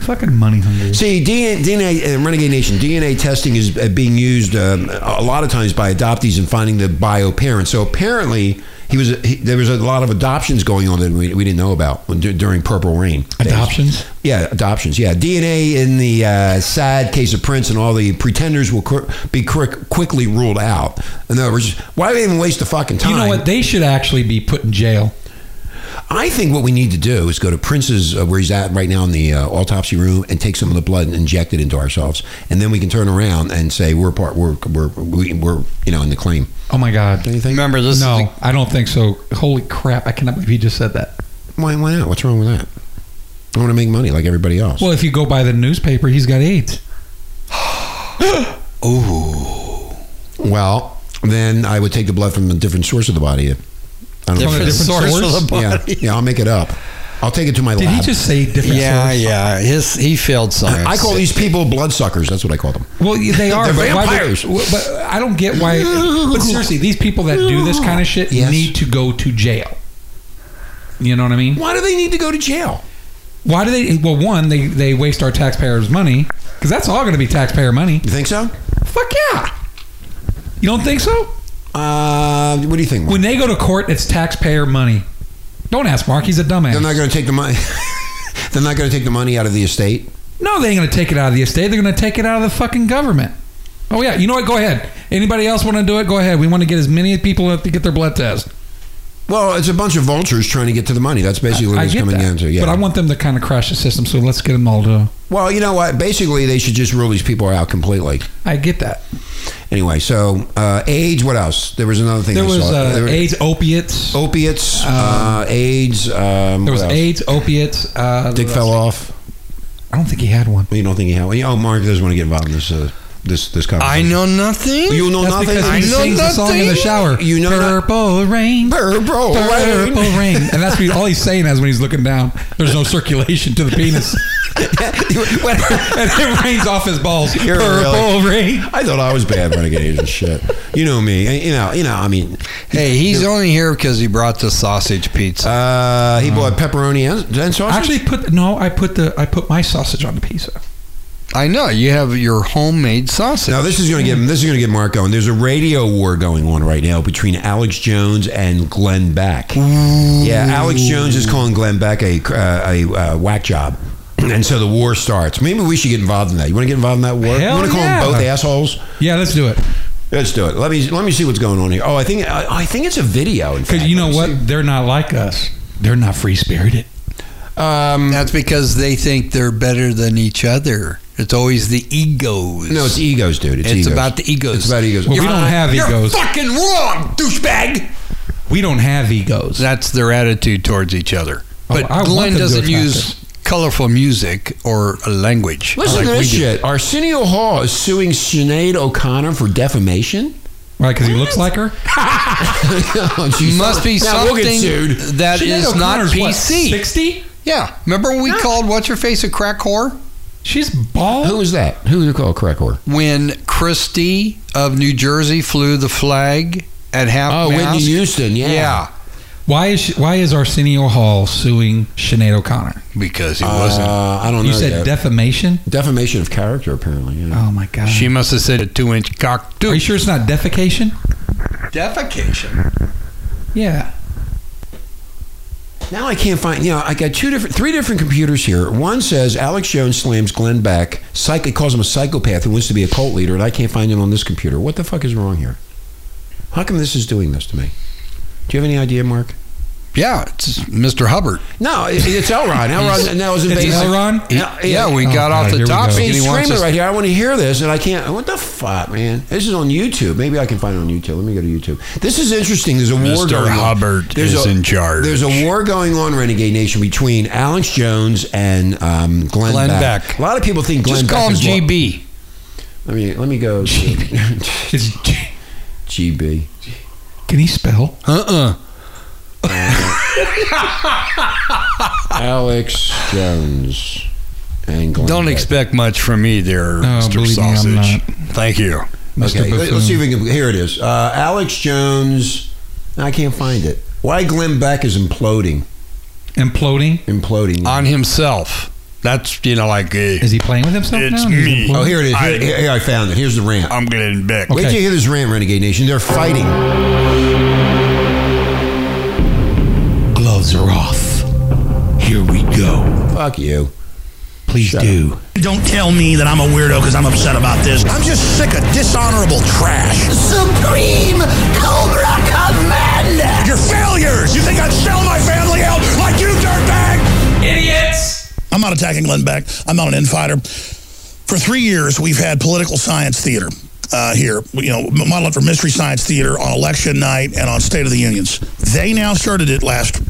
Speaker 3: Fucking money hungry.
Speaker 2: See, DNA, DNA uh, Renegade Nation, DNA testing is uh, being used um, a lot of times by adoptees in finding the bio parent. So apparently, he was he, there was a lot of adoptions going on that we, we didn't know about when- dur- during Purple Rain. days.
Speaker 3: Adoptions.
Speaker 2: Yeah, adoptions. Yeah, DNA in the uh, sad case of Prince and all the pretenders will qu- be quick, quickly ruled out. In other words, why even waste the fucking time?
Speaker 3: You know what? They should actually be put in jail.
Speaker 2: I think what we need to do is go to Prince's, uh, where he's at right now in the uh, autopsy room, and take some of the blood and inject it into ourselves, and then we can turn around and say we're part, we're we're we, we're you know in the claim.
Speaker 3: Oh my God.
Speaker 2: Don't you think?
Speaker 4: Remember, this is
Speaker 3: No,
Speaker 4: the-
Speaker 3: I don't think so. Holy crap! I cannot believe he just said that.
Speaker 2: Why why not? What's wrong with that? I want to make money like everybody else.
Speaker 3: Well, if you go by the newspaper, he's got AIDS.
Speaker 2: Well, then I would take the blood from a different source of the body. I don't
Speaker 4: different,
Speaker 3: From a different
Speaker 4: source,
Speaker 3: source?
Speaker 4: of the
Speaker 2: Yeah,
Speaker 4: body.
Speaker 2: yeah, I'll make it up. I'll take it to my
Speaker 3: Did
Speaker 2: lab.
Speaker 3: he just say different?
Speaker 4: Yeah, yeah.
Speaker 3: source?
Speaker 4: His he failed science.
Speaker 2: I call these people bloodsuckers. That's what I call them.
Speaker 3: Well, y- they
Speaker 2: They're
Speaker 3: are but why would-
Speaker 2: vampires.
Speaker 3: w- but I don't get why. But seriously, these people that do this kind of shit
Speaker 2: Yes.
Speaker 3: need to go to jail. You know what I mean?
Speaker 2: Why do they need to go to jail?
Speaker 3: Why do they? Well, one, they they waste our taxpayers' money because that's all going to be taxpayer money.
Speaker 2: You think so?
Speaker 3: Fuck yeah! You don't think so?
Speaker 2: Uh, what do you think? Mark?
Speaker 3: When they go to court, it's taxpayer money. Don't ask Mark; he's a dumbass.
Speaker 2: They're not going to take the money. They're not going to take the money out of the estate.
Speaker 3: no, they ain't going to take it out of the estate. They're going to take it out of the fucking government. Oh yeah, you know what? Go ahead. Anybody else want to do it? Go ahead. We want to get as many people to get their blood test.
Speaker 2: Well, it's a bunch of vultures trying to get to the money. That's basically what
Speaker 3: I
Speaker 2: it's
Speaker 3: get
Speaker 2: coming
Speaker 3: that.
Speaker 2: down to. Yeah.
Speaker 3: But I want them to kind of crash the system, so let's get them all to.
Speaker 2: well, you know what? Basically, they should just rule these people out completely.
Speaker 3: I get that.
Speaker 2: Anyway, so uh, AIDS. What else? There was another thing.
Speaker 3: There
Speaker 2: I
Speaker 3: was
Speaker 2: saw.
Speaker 3: uh,
Speaker 2: There were
Speaker 3: AIDS opiates.
Speaker 2: opiates, uh, AIDS. Um,
Speaker 3: there was
Speaker 2: what else?
Speaker 3: AIDS opiates. Uh,
Speaker 2: Dick fell off.
Speaker 3: I don't think he had one.
Speaker 2: You don't think he had? Oh, Mark doesn't want to get involved in this. Uh, this this
Speaker 4: I
Speaker 2: conversation.
Speaker 4: know nothing.
Speaker 2: You know
Speaker 3: That's
Speaker 2: nothing.
Speaker 3: because
Speaker 2: I
Speaker 3: he
Speaker 2: know
Speaker 3: sings the song in the
Speaker 2: nothing.
Speaker 3: shower.
Speaker 2: You know not-
Speaker 3: purple rain,
Speaker 2: Purple rain.
Speaker 3: purple rain, and that's what he- all he's saying is when he's looking down. There's no circulation to the penis, and it rains off his balls.
Speaker 2: You're
Speaker 3: purple rain.
Speaker 2: I thought I was bad when I get Asian shit. You know me. And, You know. You know. I mean,
Speaker 4: Hey, he's only here because he brought the sausage pizza.
Speaker 2: uh, he bought pepperoni and, and sausage.
Speaker 3: Actually, put no. I put the I put my sausage on the pizza.
Speaker 4: I know you have your homemade sausage.
Speaker 2: Now this is going to get this is going to get Mark going. There's a radio war going on right now between Alex Jones and Glenn Beck. Yeah, Alex Jones is calling Glenn Beck a uh, a uh, whack job, and so the war starts. Maybe we should get involved in that. You want to get involved in that war?
Speaker 3: Hell
Speaker 2: you want to call
Speaker 3: yeah.
Speaker 2: them both assholes?
Speaker 3: Yeah, let's do it.
Speaker 2: Let's do it. Let me let me see what's going on here. Oh, I think I, I think it's a video. in
Speaker 3: Because
Speaker 2: fact.
Speaker 3: you know
Speaker 2: Let me
Speaker 3: what?
Speaker 2: see.
Speaker 3: They're not like us. They're not free spirited.
Speaker 2: Um,
Speaker 4: That's because they think they're better than each other. It's always the egos.
Speaker 2: no, it's egos, dude. It's,
Speaker 4: It's
Speaker 2: egos.
Speaker 4: about the egos.
Speaker 2: It's about egos.
Speaker 3: Well, we don't have
Speaker 4: You're
Speaker 3: egos.
Speaker 4: fucking wrong, douchebag.
Speaker 3: We don't have egos.
Speaker 4: That's their attitude towards each other.
Speaker 3: Oh,
Speaker 4: But
Speaker 3: I want
Speaker 4: Glenn
Speaker 3: them to
Speaker 4: doesn't
Speaker 3: attack
Speaker 4: use colorful music or a language.
Speaker 2: Listen
Speaker 4: like
Speaker 2: to
Speaker 4: we
Speaker 2: this
Speaker 4: do.
Speaker 2: shit. Arsenio Hall is suing Sinead O'Connor for defamation.
Speaker 3: Right, because he looks like her.
Speaker 2: oh, geez.
Speaker 4: Must be
Speaker 2: Now
Speaker 4: something
Speaker 2: we'll get sued.
Speaker 4: that
Speaker 3: Sinead
Speaker 4: is
Speaker 3: O'Connor's
Speaker 4: not
Speaker 3: what,
Speaker 4: PC.
Speaker 3: 60?
Speaker 4: Yeah. Remember we called what's her face a crack whore?
Speaker 3: She's bald.
Speaker 2: Who was that? Who was it called? Correct or
Speaker 4: When Christie of New Jersey flew the flag at half
Speaker 2: Oh,
Speaker 4: mast.
Speaker 2: Whitney Houston. Yeah.
Speaker 4: Yeah.
Speaker 3: Why is she, why is Arsenio Hall suing Sinead O'Connor?
Speaker 4: Because he wasn't.
Speaker 2: Uh, I don't know.
Speaker 3: You said
Speaker 2: yet.
Speaker 3: defamation.
Speaker 2: defamation of character, apparently. Yeah.
Speaker 3: Oh my god!
Speaker 4: She must have said a two inch cock
Speaker 3: Are
Speaker 4: too.
Speaker 3: you sure it's not defecation?
Speaker 4: Defecation.
Speaker 3: Yeah.
Speaker 2: Now I can't find. You know, I got two different, three different computers here. One says Alex Jones slams Glenn Beck. Psych, it calls him a psychopath who wants to be a cult leader, and I can't find it on this computer. What the fuck is wrong here? How come this is doing this to me? Do you have any idea, Mark?
Speaker 4: Yeah, it's Mr. Hubbard.
Speaker 2: No, it- it's Elrod. Elrod now is
Speaker 3: It's
Speaker 2: invading.
Speaker 3: Elron.
Speaker 2: Yeah,
Speaker 4: Yeah, we
Speaker 3: Oh,
Speaker 4: got
Speaker 3: God,
Speaker 4: off
Speaker 3: here
Speaker 4: the
Speaker 3: we go.
Speaker 4: topic
Speaker 2: See,
Speaker 4: and he
Speaker 2: he's
Speaker 4: wants
Speaker 2: screaming
Speaker 4: us
Speaker 2: right here. I want to hear this, and I can't. What the fuck, man? This is on YouTube. Maybe I can find it on YouTube. Let me go to YouTube. This is interesting. There's a war
Speaker 4: Mr.
Speaker 2: going on.
Speaker 4: Hubbard is in charge.
Speaker 2: There's a war going on, Renegade Nation, between Alex Jones and um, Glenn,
Speaker 4: Glenn
Speaker 2: Beck.
Speaker 4: Beck.
Speaker 2: A lot of people think Glenn
Speaker 4: Just
Speaker 2: Beck
Speaker 4: call him
Speaker 2: is lo-
Speaker 4: GB.
Speaker 2: Let me let me go. to-
Speaker 3: Is,
Speaker 2: GB.
Speaker 3: can he spell?
Speaker 4: Uh-uh.
Speaker 2: Alex Jones and Glenn.
Speaker 4: Don't
Speaker 2: Beck.
Speaker 4: expect much from me there, Mr.
Speaker 3: believe me, I'm
Speaker 4: Sausage.
Speaker 3: not.
Speaker 4: Thank you.
Speaker 2: Okay,
Speaker 3: Mr.
Speaker 2: let-
Speaker 3: Buffoon.
Speaker 2: let's see if we can. Here it is. Uh, Alex Jones. I can't find it. Why Glenn Beck is imploding?
Speaker 3: Imploding.
Speaker 2: Imploding.
Speaker 4: On himself. That's, you know, like, eh,
Speaker 3: Is he playing with himself
Speaker 4: It's
Speaker 3: now? He's
Speaker 4: me.
Speaker 3: imploding?
Speaker 2: Oh, here it is. Here,
Speaker 4: I-
Speaker 2: here- here, I found it. Here's the rant.
Speaker 3: Uh,
Speaker 4: I'm Glenn Beck.
Speaker 2: Wait till you hear this rant, Renegade Nation. They're fighting.
Speaker 14: Gloves are off. Here we go.
Speaker 2: Fuck you.
Speaker 14: Please
Speaker 2: Shut
Speaker 14: do. Don't tell me that I'm a weirdo because I'm upset about this. I'm just sick of dishonorable trash. Supreme Cobra Commander! You're failures! You think I'd sell my family out like you, dirtbag?
Speaker 16: Idiots!
Speaker 14: I'm not attacking Glenn Beck. I'm not an infighter. For three years, we've had political science theater uh, here, you know, modeled after mystery science theater on election night and on State of the Unions. They now started it last week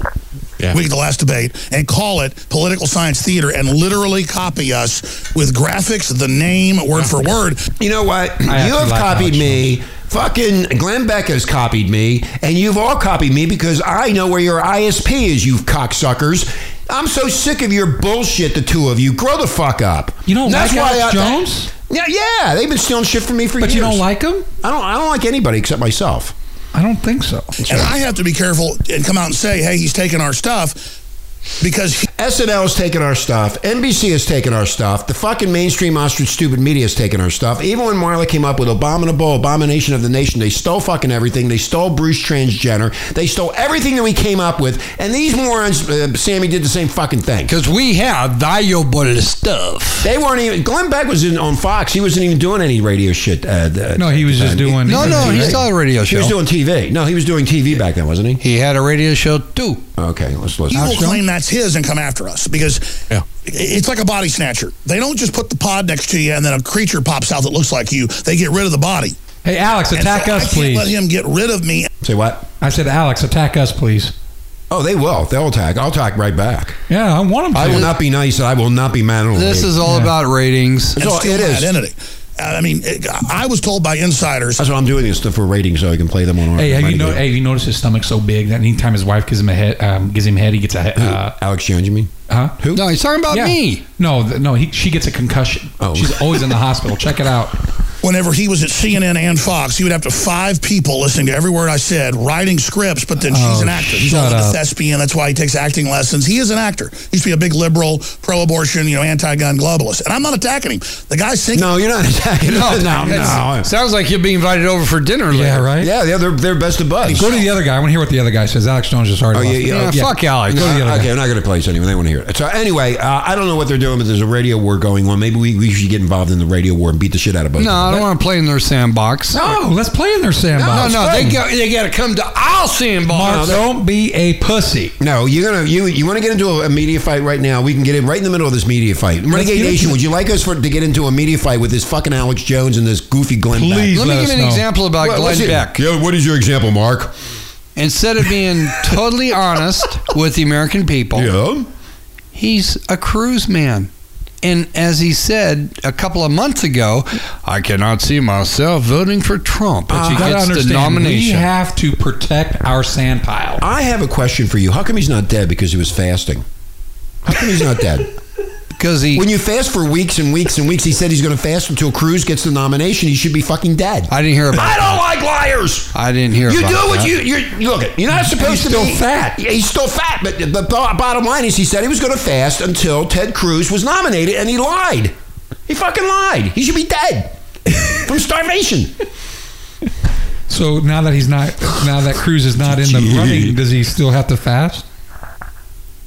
Speaker 14: at the last debate and call it political science theater and literally copy us with graphics, the name, word for word.
Speaker 2: You know what?
Speaker 3: I
Speaker 2: you have
Speaker 3: actually like
Speaker 2: copied
Speaker 3: Alex
Speaker 2: me. Fucking Glenn Beck has copied me, and you've all copied me because I know where your ISP is, you cocksuckers. I'm so sick of your bullshit, the two of you. Grow the fuck up.
Speaker 3: You don't
Speaker 2: And
Speaker 3: like Alex Jones?
Speaker 2: Yeah, yeah, they've been stealing shit from me for
Speaker 3: But
Speaker 2: years.
Speaker 3: you don't like him?
Speaker 2: I don't. I don't like anybody except myself.
Speaker 3: I don't think so.
Speaker 14: And I have to be careful and come out and say, hey, he's taking our stuff because he
Speaker 2: SNL's taking our stuff. NBC has taken our stuff. The fucking mainstream ostrich stupid media has taken our stuff. Even when Marla came up with Abominable Abomination of the Nation, they stole fucking everything. They stole Bruce Transgender. They stole everything that we came up with. And these morons, uh, Sammy, did the same fucking thing.
Speaker 4: Because we have valuable stuff.
Speaker 2: They weren't even. Glenn Beck was in, on Fox. He wasn't even doing any radio shit. Uh, th-
Speaker 3: No, he was just doing.
Speaker 4: No, no, he's still a radio
Speaker 2: He
Speaker 4: show.
Speaker 2: was doing TV. No, he was doing TV back then, wasn't he?
Speaker 4: he had a radio show too.
Speaker 2: Okay, let's listen.
Speaker 14: You will claim that's his and come after us because
Speaker 4: Yeah.
Speaker 14: it's like a body snatcher. They don't just put the pod next to you and then a creature pops out that looks like you. They get rid of the body.
Speaker 3: Hey, Alex,
Speaker 14: And
Speaker 3: attack
Speaker 14: so I
Speaker 3: us,
Speaker 14: can't Let
Speaker 3: please.
Speaker 14: him get rid of me.
Speaker 2: Say what?
Speaker 3: I said, Alex, attack us, please.
Speaker 2: Oh, they will. They'll attack. I'll attack right back.
Speaker 3: Yeah, I want him to.
Speaker 2: I will not be nice. and I will not be mannerly.
Speaker 4: This is all about ratings.
Speaker 14: And
Speaker 2: So
Speaker 14: steal
Speaker 2: it
Speaker 14: my
Speaker 2: is.
Speaker 14: identity. I mean, it, I was told by insiders.
Speaker 2: That's what I'm doing this stuff for ratings, so I can play them on. our-
Speaker 3: Hey, have
Speaker 2: my
Speaker 3: you know?
Speaker 2: radio.
Speaker 3: Hey, you notice his stomach's so big that anytime his wife gives him a head, um, gives him head, he gets a head. Uh,
Speaker 2: Alex Jones, you mean?
Speaker 3: huh?
Speaker 2: Who?
Speaker 4: No, he's talking about
Speaker 3: Yeah.
Speaker 4: me.
Speaker 3: No, th- no. He, she gets a concussion.
Speaker 2: Oh.
Speaker 3: She's always in the hospital. Check it out.
Speaker 14: Whenever he was at CNN and Fox, he would have to five people listening to every word I said, writing scripts. But then she's
Speaker 3: Oh,
Speaker 14: an actor. He's
Speaker 3: shut
Speaker 14: also a
Speaker 3: up.
Speaker 14: thespian. That's why he takes acting lessons. He is an actor. He used to be a big liberal, pro-abortion, you know, anti-gun globalist. And I'm not attacking him. The guy's thinking.
Speaker 2: No, you're not attacking. No, no, no.
Speaker 4: Sounds like you'll be invited over for dinner later.
Speaker 3: right.
Speaker 2: Yeah, yeah, they're they're best of buds.
Speaker 3: Go to the other guy. I want to hear what the other guy says. Alex Jones is already.
Speaker 2: Oh,
Speaker 3: lost
Speaker 2: yeah,
Speaker 3: it.
Speaker 2: yeah.
Speaker 4: Yeah, fuck Alex.
Speaker 3: Go to the other
Speaker 2: okay,
Speaker 3: guy.
Speaker 2: I'm not going to play this anyway. They want to hear it. So anyway, uh, I don't know what they're doing, but there's a radio war going on. Maybe we, we should get involved in the radio war and beat the shit out of both.
Speaker 4: No, I
Speaker 2: of
Speaker 4: don't
Speaker 2: them.
Speaker 4: want to play in their sandbox.
Speaker 3: No, Oh, let's play in their
Speaker 4: no,
Speaker 3: sandbox.
Speaker 4: no, they got they got to come to our
Speaker 3: Mark,
Speaker 4: sandbox.
Speaker 3: don't be a pussy.
Speaker 2: No, you're gonna you you want to get into a, a media fight right now? We can get in right in the middle of this media fight. Renegade
Speaker 3: get into
Speaker 2: Nation,
Speaker 3: it.
Speaker 2: would you like us for, to get into a media fight with this fucking Alex Jones and this goofy Glenn? Beck?
Speaker 3: Please
Speaker 4: Let me
Speaker 3: let
Speaker 4: give
Speaker 3: us
Speaker 4: an
Speaker 3: know.
Speaker 4: example about
Speaker 2: What- what's
Speaker 4: Glenn
Speaker 2: it-
Speaker 4: Beck.
Speaker 2: Yeah, what is your example, Mark? Oh.
Speaker 4: Instead of being totally honest with the American people,
Speaker 2: Yeah.
Speaker 4: He's a cruise man. And as he said a couple of months ago, I cannot see myself voting for Trump. But
Speaker 3: But
Speaker 4: he
Speaker 3: you Ah, gotta
Speaker 4: Uh-huh. gets the
Speaker 3: understand, We
Speaker 4: nomination. Uh-huh.
Speaker 3: have to protect our sand pile.
Speaker 2: I have a question for you. How come he's not dead? Because he was fasting. How come he's not dead?
Speaker 4: Because he.
Speaker 2: When you fast for weeks and weeks and weeks, he said he's going to fast until Cruz gets the nomination. He should be fucking dead.
Speaker 4: I didn't hear about.
Speaker 2: I don't
Speaker 4: that.
Speaker 2: like liars.
Speaker 4: I didn't hear.
Speaker 2: You do
Speaker 4: about
Speaker 2: what
Speaker 4: that.
Speaker 2: you you look. You're not supposed
Speaker 3: He's
Speaker 2: to
Speaker 3: still
Speaker 2: be
Speaker 3: fat.
Speaker 2: Yeah, he's still fat. But the bo- bottom line is, he said he was going to fast until Ted Cruz was nominated, and he lied. He fucking lied. He should be dead from starvation.
Speaker 3: So now that he's not, now that Cruz is not in the running, does he still have to fast?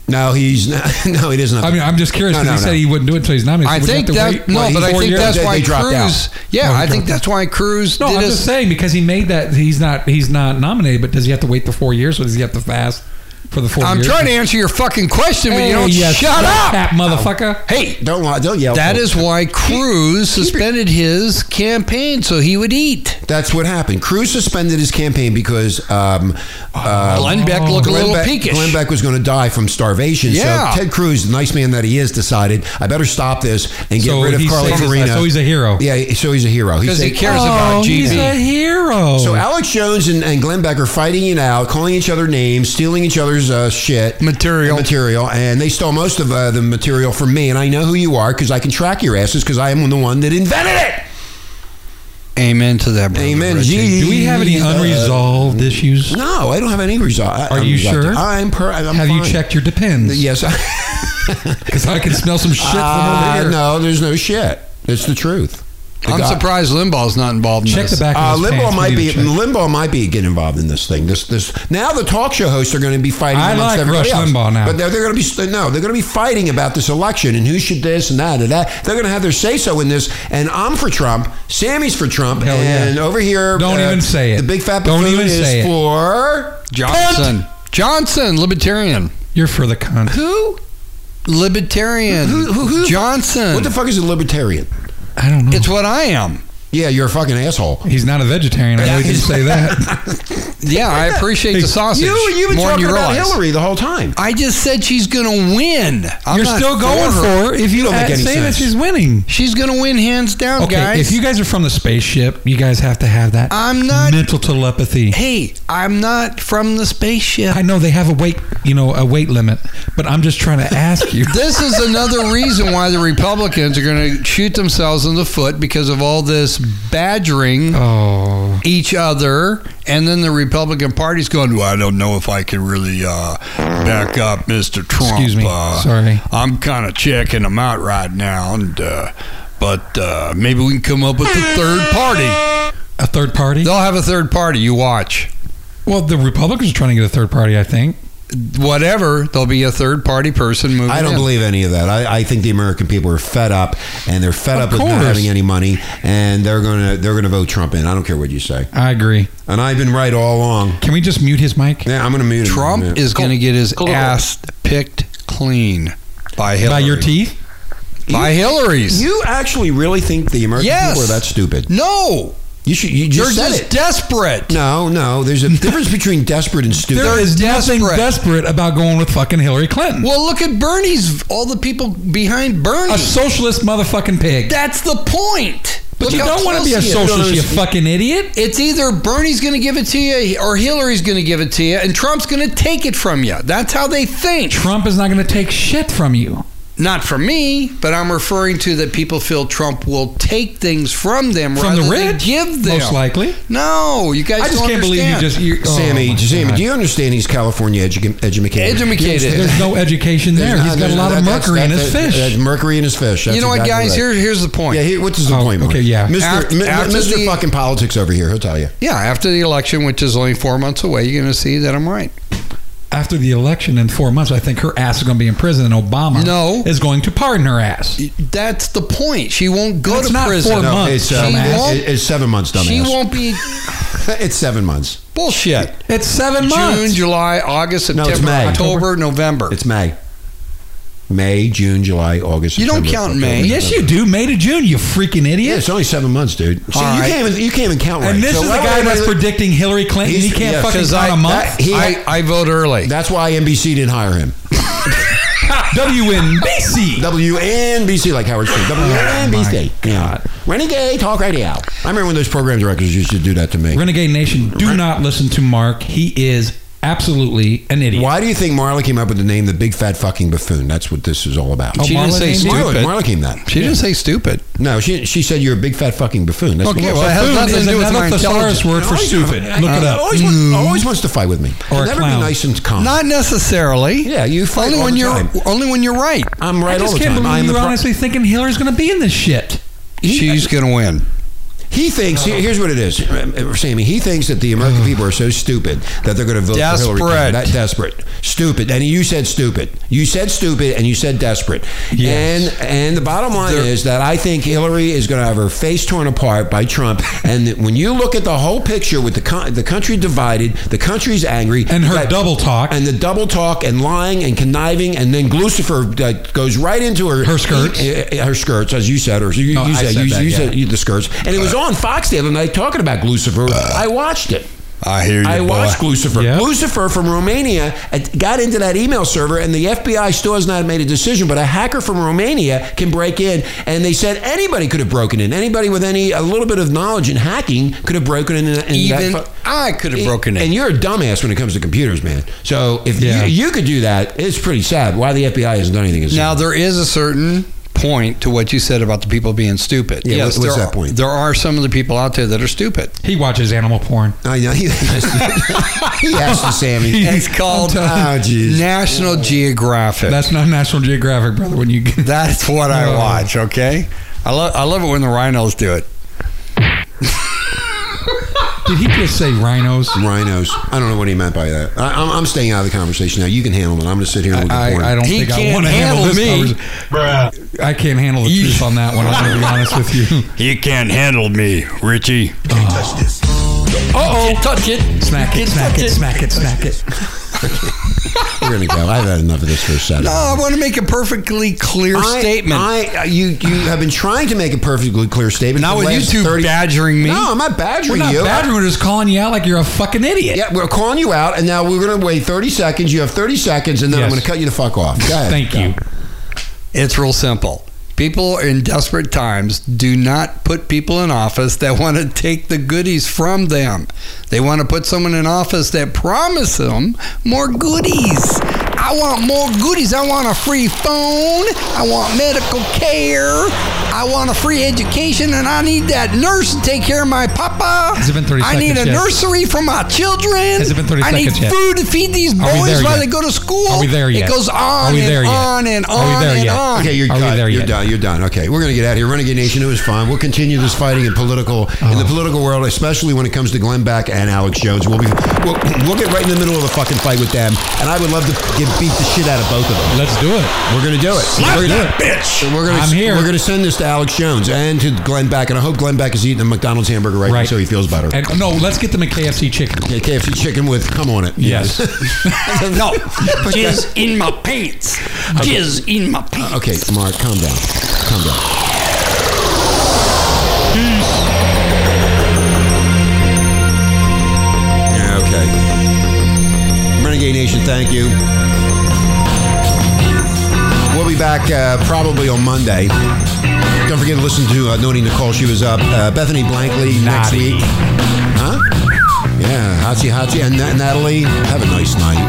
Speaker 2: No, he's not. No, he doesn't. have
Speaker 3: I
Speaker 2: to-
Speaker 3: mean, I'm just curious
Speaker 2: No,
Speaker 3: because
Speaker 2: no,
Speaker 3: he said
Speaker 2: no.
Speaker 3: he wouldn't do it until he's nominated.
Speaker 4: I
Speaker 3: Would you
Speaker 4: think
Speaker 3: have to
Speaker 4: that
Speaker 3: wait,
Speaker 4: no,
Speaker 3: what,
Speaker 4: but I
Speaker 3: four
Speaker 4: think
Speaker 3: years?
Speaker 4: that's
Speaker 2: They-
Speaker 4: why
Speaker 2: they dropped out.
Speaker 4: Cruz. Yeah,
Speaker 3: Oh, he
Speaker 4: I think
Speaker 3: dropped out.
Speaker 4: that's why Cruz
Speaker 3: No,
Speaker 4: did
Speaker 3: I'm
Speaker 4: his-
Speaker 3: just saying because he made that he's not he's not nominated, but does he have to wait the four years or does he have to fast for the four
Speaker 4: I'm
Speaker 3: years?
Speaker 4: trying to answer your fucking question, but
Speaker 3: Hey,
Speaker 4: you don't
Speaker 3: yes,
Speaker 4: shut
Speaker 3: fat
Speaker 4: up,
Speaker 3: cat motherfucker.
Speaker 4: Hey,
Speaker 2: Don't lie. Don't yell.
Speaker 4: that is why Cruz suspended his campaign so he would eat.
Speaker 2: That's what happened. Cruz suspended his campaign because um, uh,
Speaker 4: Glenn Beck looked a
Speaker 2: Glenn
Speaker 4: little
Speaker 2: Beck-
Speaker 4: peakish.
Speaker 2: Glenn Beck was going to die from starvation.
Speaker 4: Yeah.
Speaker 2: So Ted Cruz, the nice man that he is, decided I better stop this and get
Speaker 3: So
Speaker 2: rid of
Speaker 3: he
Speaker 2: Carly
Speaker 3: saved his
Speaker 2: Farina.
Speaker 3: life. So he's a hero.
Speaker 2: Yeah, so he's a hero.
Speaker 4: Because he
Speaker 2: saved-
Speaker 4: cares about
Speaker 3: Oh, he's a
Speaker 4: GB.
Speaker 3: hero.
Speaker 2: So Alex Jones and, and Glenn Beck are fighting it out, calling each other names, stealing each other's uh, shit
Speaker 4: Material.
Speaker 2: material, and they stole most of uh, the material from me. And I know who you are because I can track your asses because I am the one that invented it.
Speaker 4: Amen to that. brother
Speaker 2: Amen.
Speaker 4: Richie.
Speaker 2: Gee.
Speaker 3: do we have any unresolved issues?
Speaker 2: No, I don't have any result.
Speaker 3: Are you sure?
Speaker 2: I'm per. I'm
Speaker 3: have you
Speaker 2: fine.
Speaker 3: checked your depends?
Speaker 2: Yes. I-
Speaker 3: Because I can smell some shit from
Speaker 2: Uh,
Speaker 3: over here.
Speaker 2: No, there's no shit. It's the truth.
Speaker 4: I'm
Speaker 2: God.
Speaker 4: surprised Limbaugh's not involved in
Speaker 3: Check
Speaker 4: this.
Speaker 3: the back.
Speaker 2: Uh,
Speaker 3: of his
Speaker 2: Limbaugh
Speaker 3: pants.
Speaker 2: might
Speaker 3: We
Speaker 2: be
Speaker 3: need to check.
Speaker 2: Limbaugh might be getting involved in this thing. This this now the talk show hosts are going to be fighting.
Speaker 3: I
Speaker 2: amongst
Speaker 3: like
Speaker 2: everybody
Speaker 3: Rush
Speaker 2: else.
Speaker 3: Limbaugh now.
Speaker 2: but they're, they're going to be no, they're going to be fighting about this election and who should this and that and that. They're going to have their say so in this. And I'm for Trump. Sammy's for Trump.
Speaker 3: Hell yeah.
Speaker 2: and over here, uh,
Speaker 3: Don't even say it.
Speaker 2: The big fat
Speaker 3: Don't
Speaker 2: buffoon
Speaker 3: even
Speaker 2: is
Speaker 3: say it.
Speaker 2: for
Speaker 4: Johnson. Johnson, libertarian.
Speaker 3: You're for the cunt.
Speaker 4: Who? Libertarian.
Speaker 2: Who- who- who-
Speaker 4: Johnson.
Speaker 2: What the fuck is a libertarian?
Speaker 3: I don't know.
Speaker 4: it's what I am.
Speaker 2: Yeah, you're a fucking asshole.
Speaker 3: He's not a vegetarian. I know we can say that.
Speaker 4: Yeah, I appreciate the sausage.
Speaker 2: You you've been
Speaker 4: more than
Speaker 2: talking
Speaker 4: you
Speaker 2: about
Speaker 4: realize.
Speaker 2: Hillary the whole time.
Speaker 4: I just said she's gonna win. I'm
Speaker 3: You're
Speaker 4: not
Speaker 3: still going for
Speaker 4: her.
Speaker 3: her if you
Speaker 2: don't make
Speaker 3: uh,
Speaker 2: any
Speaker 3: say that
Speaker 2: sense.
Speaker 3: she's winning.
Speaker 4: She's gonna win hands down,
Speaker 3: Okay,
Speaker 4: guys.
Speaker 3: if you guys are from the spaceship, you guys have to have that
Speaker 4: I'm not.
Speaker 3: mental telepathy.
Speaker 4: Hey, I'm not from the spaceship.
Speaker 3: I know they have a weight, you know, a weight limit, but I'm just trying to ask you.
Speaker 4: this is another reason why the Republicans are going to shoot themselves in the foot because of all this badgering
Speaker 3: oh,
Speaker 4: each other, and then the Republican Party's going, "Well, I don't know if I can really uh, back up Mr. Trump."
Speaker 3: Excuse me.
Speaker 4: Uh,
Speaker 3: Sorry.
Speaker 4: I'm kind of checking him out right now, and uh, but uh, maybe we can come up with a third party.
Speaker 3: a third party?
Speaker 4: They'll have a third party. You watch.
Speaker 3: Well, the Republicans are trying to get a third party. I think.
Speaker 4: Whatever, there'll be a third party person moving.
Speaker 2: I don't
Speaker 4: in.
Speaker 2: believe any of that. I, I think the American people are fed up, and they're fed
Speaker 3: Of
Speaker 2: up with not
Speaker 3: course.
Speaker 2: having any money, and they're gonna they're gonna vote Trump in. I don't care what you say,
Speaker 3: I agree.
Speaker 2: and I've been right all along.
Speaker 3: Can we just mute his mic
Speaker 2: Yeah, I'm gonna mute him.
Speaker 4: Trump
Speaker 2: Yeah.
Speaker 4: is going to get his
Speaker 12: Cool.
Speaker 4: ass picked clean by Hillary.
Speaker 3: by your E? teeth?
Speaker 4: By Hillary's.
Speaker 2: You actually really think the American
Speaker 4: Yes.
Speaker 2: people are that stupid?
Speaker 4: no,
Speaker 2: You should. You
Speaker 4: you're
Speaker 2: just said
Speaker 4: just
Speaker 2: it.
Speaker 4: desperate.
Speaker 2: no, no. There's a difference between desperate and stupid.
Speaker 3: There is nothing
Speaker 4: desperate.
Speaker 3: desperate about going with fucking Hillary Clinton.
Speaker 4: Well, look at Bernie's. All the people behind Bernie.
Speaker 3: a socialist motherfucking pig.
Speaker 4: That's the point.
Speaker 3: but
Speaker 4: Look
Speaker 3: you
Speaker 4: how
Speaker 3: don't want to
Speaker 4: close
Speaker 3: be a
Speaker 4: he is.
Speaker 3: socialist, you fucking idiot.
Speaker 4: It's either Bernie's going to give it to you, or Hillary's going to give it to you, and Trump's going to take it from you. That's how they think.
Speaker 3: Trump is not going to take shit from you.
Speaker 4: Not from me, but I'm referring to that people feel Trump will take things from them
Speaker 3: From
Speaker 4: rather
Speaker 3: the
Speaker 4: than
Speaker 3: rich,
Speaker 4: give them.
Speaker 3: most likely.
Speaker 4: No, you guys.
Speaker 3: I just
Speaker 4: don't
Speaker 3: can't believe you
Speaker 4: understand.
Speaker 3: just you, oh
Speaker 2: Sammy,
Speaker 3: my
Speaker 2: Sammy,
Speaker 3: God.
Speaker 2: do you understand he's California edu- educated?
Speaker 4: Educated.
Speaker 2: You
Speaker 3: There's
Speaker 2: understand?
Speaker 3: no education there.
Speaker 2: There's
Speaker 3: He's
Speaker 2: not-
Speaker 3: got a
Speaker 2: there's
Speaker 3: lot of
Speaker 2: not- that's-
Speaker 3: mercury in his
Speaker 2: that's-
Speaker 3: fish.
Speaker 2: that's mercury in his fish. That's
Speaker 4: you know what,
Speaker 2: exactly
Speaker 4: guys?
Speaker 2: right.
Speaker 4: Here, here's the point.
Speaker 2: Yeah,
Speaker 4: Yeah,
Speaker 2: he, what's his point? Mark?
Speaker 3: okay, yeah.
Speaker 2: Mr.
Speaker 4: After-
Speaker 2: Mi-
Speaker 4: after
Speaker 2: Mr.
Speaker 4: the-
Speaker 2: fucking politics over here. He'll tell you.
Speaker 4: after the election, which is only four months away, you're going to see that I'm right.
Speaker 3: After the election in four months, I think her ass is going to be in prison, and Obama
Speaker 4: No.
Speaker 3: is going to pardon her ass.
Speaker 4: That's the point. She won't go
Speaker 3: It's
Speaker 4: to
Speaker 3: not
Speaker 4: prison.
Speaker 3: four No, months,
Speaker 2: It's,
Speaker 3: She
Speaker 2: um,
Speaker 4: won't-
Speaker 2: it- it's seven months, dumbass.
Speaker 4: She won't be
Speaker 2: it's seven months.
Speaker 4: bullshit.
Speaker 3: It's seven months.
Speaker 4: June, July, August,
Speaker 2: No,
Speaker 4: September,
Speaker 2: it's May.
Speaker 4: October, November.
Speaker 2: It's May. May, June, July, August.
Speaker 4: You don't count May.
Speaker 2: November.
Speaker 3: yes, you do. May to June, you freaking
Speaker 2: Yeah,
Speaker 3: idiot.
Speaker 2: it's only seven months, dude. See,
Speaker 4: All
Speaker 2: you
Speaker 4: right.
Speaker 2: can't even you can't even count right.
Speaker 3: and this
Speaker 2: So
Speaker 3: is the
Speaker 2: why would
Speaker 3: guy that's
Speaker 2: anybody-
Speaker 3: predicting Hillary Clinton. He
Speaker 2: He's-
Speaker 3: can't
Speaker 2: yeah,
Speaker 3: fucking
Speaker 2: because
Speaker 3: count
Speaker 2: I-
Speaker 3: a month.
Speaker 2: that- he-
Speaker 4: I, I vote early.
Speaker 2: That's why NBC didn't hire him. WNBC. WNBC, like Howard Stern. WNBC. Yeah. Renegade Talk Radio. I remember when those program directors used to do that to me.
Speaker 3: Renegade Nation, do not listen to Mark. He is absolutely an idiot.
Speaker 2: Why do you think Marla came up with the name the big fat fucking buffoon? That's what this is all about.
Speaker 4: Oh, She didn't Marla say named it?
Speaker 2: Marla,
Speaker 4: stupid.
Speaker 2: Marla came that.
Speaker 4: She didn't say stupid.
Speaker 2: No, she she said you're a big fat fucking buffoon. That's
Speaker 4: Okay,
Speaker 2: what-
Speaker 4: well, it has
Speaker 2: Buffoon
Speaker 4: nothing to
Speaker 2: is
Speaker 4: do with
Speaker 2: another
Speaker 4: my
Speaker 2: thesaurus
Speaker 4: intelligence.
Speaker 2: word for
Speaker 4: Always-
Speaker 2: stupid.
Speaker 4: I-
Speaker 2: Look it
Speaker 4: I-
Speaker 2: up.
Speaker 4: always want-
Speaker 2: Mm. Always wants to fight with me.
Speaker 4: Or a
Speaker 2: Never
Speaker 4: clown.
Speaker 2: be nice and calm.
Speaker 4: Not necessarily.
Speaker 2: Yeah, you fight
Speaker 4: only
Speaker 2: all
Speaker 4: when
Speaker 2: the
Speaker 4: you're
Speaker 2: time.
Speaker 4: only when you're right.
Speaker 2: I'm right
Speaker 3: I just
Speaker 2: all the
Speaker 3: can't
Speaker 2: time. I
Speaker 3: believe
Speaker 2: am
Speaker 3: you're
Speaker 2: the pro-
Speaker 3: honestly thinking Hillary's going to be in this shit.
Speaker 4: She's gonna win.
Speaker 2: He thinks here- here's what it is, uh, Sammy. He thinks that the American people are so stupid that they're going to vote for Hillary. Clinton.
Speaker 4: Desperate.
Speaker 2: That desperate, stupid, and you said stupid. You said stupid, and you said desperate.
Speaker 3: Yes.
Speaker 2: And and the bottom line is that I think Hillary is going to have her face torn apart by Trump. And that when you look at the whole picture with the con- the country divided, the country's angry,
Speaker 3: And her
Speaker 2: that-
Speaker 3: double talk.
Speaker 2: and the double talk and lying and conniving, and then Lucifer that goes right into her
Speaker 3: Her skirts.
Speaker 2: Eh, eh, her skirts, as you said, or you,
Speaker 4: Oh,
Speaker 3: No,
Speaker 2: you
Speaker 3: I
Speaker 2: said,
Speaker 3: said
Speaker 2: you,
Speaker 3: that,
Speaker 2: you
Speaker 3: yeah.
Speaker 2: said you, the skirts, and it was on Fox the other night talking about Lucifer. I watched it.
Speaker 4: Uh, I hear you.
Speaker 2: I
Speaker 4: boy.
Speaker 2: watched Lucifer.
Speaker 3: Yeah.
Speaker 2: Lucifer from Romania at- got into that email server, and the FBI still has not made a decision. But a hacker from Romania can break in, and they said anybody could have broken in. Anybody with any a little bit of knowledge in hacking could have broken in. in that
Speaker 4: Even
Speaker 2: fu-
Speaker 4: I could have broken in.
Speaker 2: and you're a dumbass when it comes to computers, man. So if
Speaker 3: Yeah.
Speaker 2: you, you could do that, it's pretty sad. Why the FBI hasn't done anything? is-
Speaker 4: Now there is a certain point to what you said about the people being stupid.
Speaker 2: Yeah, what- what's
Speaker 4: there
Speaker 2: that point?
Speaker 4: There are some of the people out there that are stupid.
Speaker 3: He watches animal porn.
Speaker 2: I know. He, he asked the Sammy.
Speaker 4: It's called uh,
Speaker 2: Oh, jeez.
Speaker 4: National Geographic. That's,
Speaker 3: That's not National Geographic, brother. When you get
Speaker 4: what I
Speaker 3: Oh.
Speaker 4: watch. Okay, I love I love it when the rhinos do it.
Speaker 3: did he just say rhinos?
Speaker 2: Rhinos. I don't know what he meant by that. I, I'm, I'm staying out of the conversation now. You can handle it. I'm going to sit here and look at
Speaker 3: I,
Speaker 2: porn.
Speaker 3: I don't
Speaker 4: He
Speaker 3: think I
Speaker 4: can't
Speaker 3: want to handle,
Speaker 4: handle
Speaker 3: this.
Speaker 4: me.
Speaker 3: conversation. I can't handle the
Speaker 4: You-
Speaker 3: truth on that one. I'm going to be honest with you.
Speaker 16: You can't handle me, Richie.
Speaker 4: Oh, touch it.
Speaker 3: Smack it,
Speaker 4: It's
Speaker 3: smack
Speaker 4: such
Speaker 3: it,
Speaker 4: a-
Speaker 3: smack it, smack it.
Speaker 2: We're going to go. I've had enough of this for a Saturday.
Speaker 4: No, Oh, I want to make a perfectly clear
Speaker 2: I-
Speaker 4: statement.
Speaker 2: I, uh, you, you have been trying to make a perfectly clear statement.
Speaker 4: Not
Speaker 2: for the
Speaker 4: with you
Speaker 2: last
Speaker 4: two
Speaker 2: 30
Speaker 4: badgering me.
Speaker 2: No, I'm not badgering
Speaker 3: We're not
Speaker 2: you.
Speaker 3: bad. We're just calling you out like you're a fucking idiot.
Speaker 2: yeah, we're calling you out, and now we're going to wait 30 seconds. You have 30 seconds, and then I'm
Speaker 3: Yes.
Speaker 2: going to cut you the fuck off. Go ahead.
Speaker 3: Thank you.
Speaker 4: It's real simple. People in desperate times do not put people in office that want to take the goodies from them. They want to put someone in office that promise them more goodies. I want more goodies. I want a free phone. I want medical care. I want a free education, and I need that nurse to take care of my papa.
Speaker 3: Has it been 30
Speaker 4: I need a
Speaker 3: seconds yet?
Speaker 4: nursery for my children.
Speaker 3: Has it been 30
Speaker 4: I need
Speaker 3: seconds yet?
Speaker 4: food to feed these
Speaker 3: Are we
Speaker 4: boys
Speaker 3: there
Speaker 4: while
Speaker 3: yet?
Speaker 4: they go to school.
Speaker 3: Are we there yet?
Speaker 4: It goes
Speaker 3: Are
Speaker 4: on
Speaker 3: we there
Speaker 4: and
Speaker 3: yet?
Speaker 4: on and
Speaker 3: Are we
Speaker 4: on
Speaker 3: there
Speaker 4: and
Speaker 3: yet?
Speaker 4: on.
Speaker 2: Okay, you're
Speaker 3: Are we
Speaker 2: done.
Speaker 3: there
Speaker 2: You're
Speaker 3: yet?
Speaker 2: done. You're done. Okay, we're gonna get out of here. Renegade Nation. It was fun. We'll continue this fighting in political in
Speaker 3: Oh.
Speaker 2: the political world, especially when it comes to Glenn Beck and Alex Jones. We'll be we'll, we'll get right in the middle of the fucking fight with them, and I would love to get beat the shit out of both of them.
Speaker 3: Let's do it.
Speaker 2: We're gonna do it. we're gonna,
Speaker 3: that
Speaker 2: bitch. We're gonna,
Speaker 3: I'm here.
Speaker 2: We're gonna send this to Alex Jones and to Glenn Beck, and I hope Glenn Beck is eating a McDonald's hamburger right, now,
Speaker 3: Right.
Speaker 2: so he feels better.
Speaker 3: And no, let's get them a KFC chicken.
Speaker 2: yeah, KFC chicken with come on it.
Speaker 3: Yes.
Speaker 2: no.
Speaker 16: Jizz in my pants. Jizz in my pants.
Speaker 2: Uh, Okay, Mark, calm down. Calm down. Yeah, okay. Renegade Nation, thank you. We'll be back uh, probably on Monday. Don't forget to listen to uh, Noni Nicole. She was up. Uh, Bethany Blankley next
Speaker 3: Naughty.
Speaker 2: week. Huh? Yeah, Hachi Hachi and Na- Natalie. Have a nice night.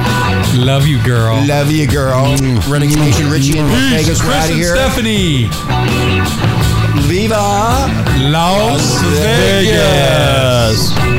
Speaker 3: Love you, girl. Mm.
Speaker 2: Love you, girl. Renegade Nation, Richie and
Speaker 3: Peace,
Speaker 2: Vegas. We're
Speaker 3: Chris
Speaker 2: out of
Speaker 3: and
Speaker 2: here.
Speaker 3: Stephanie.
Speaker 2: Viva
Speaker 3: Las
Speaker 2: Vegas.
Speaker 3: Vegas.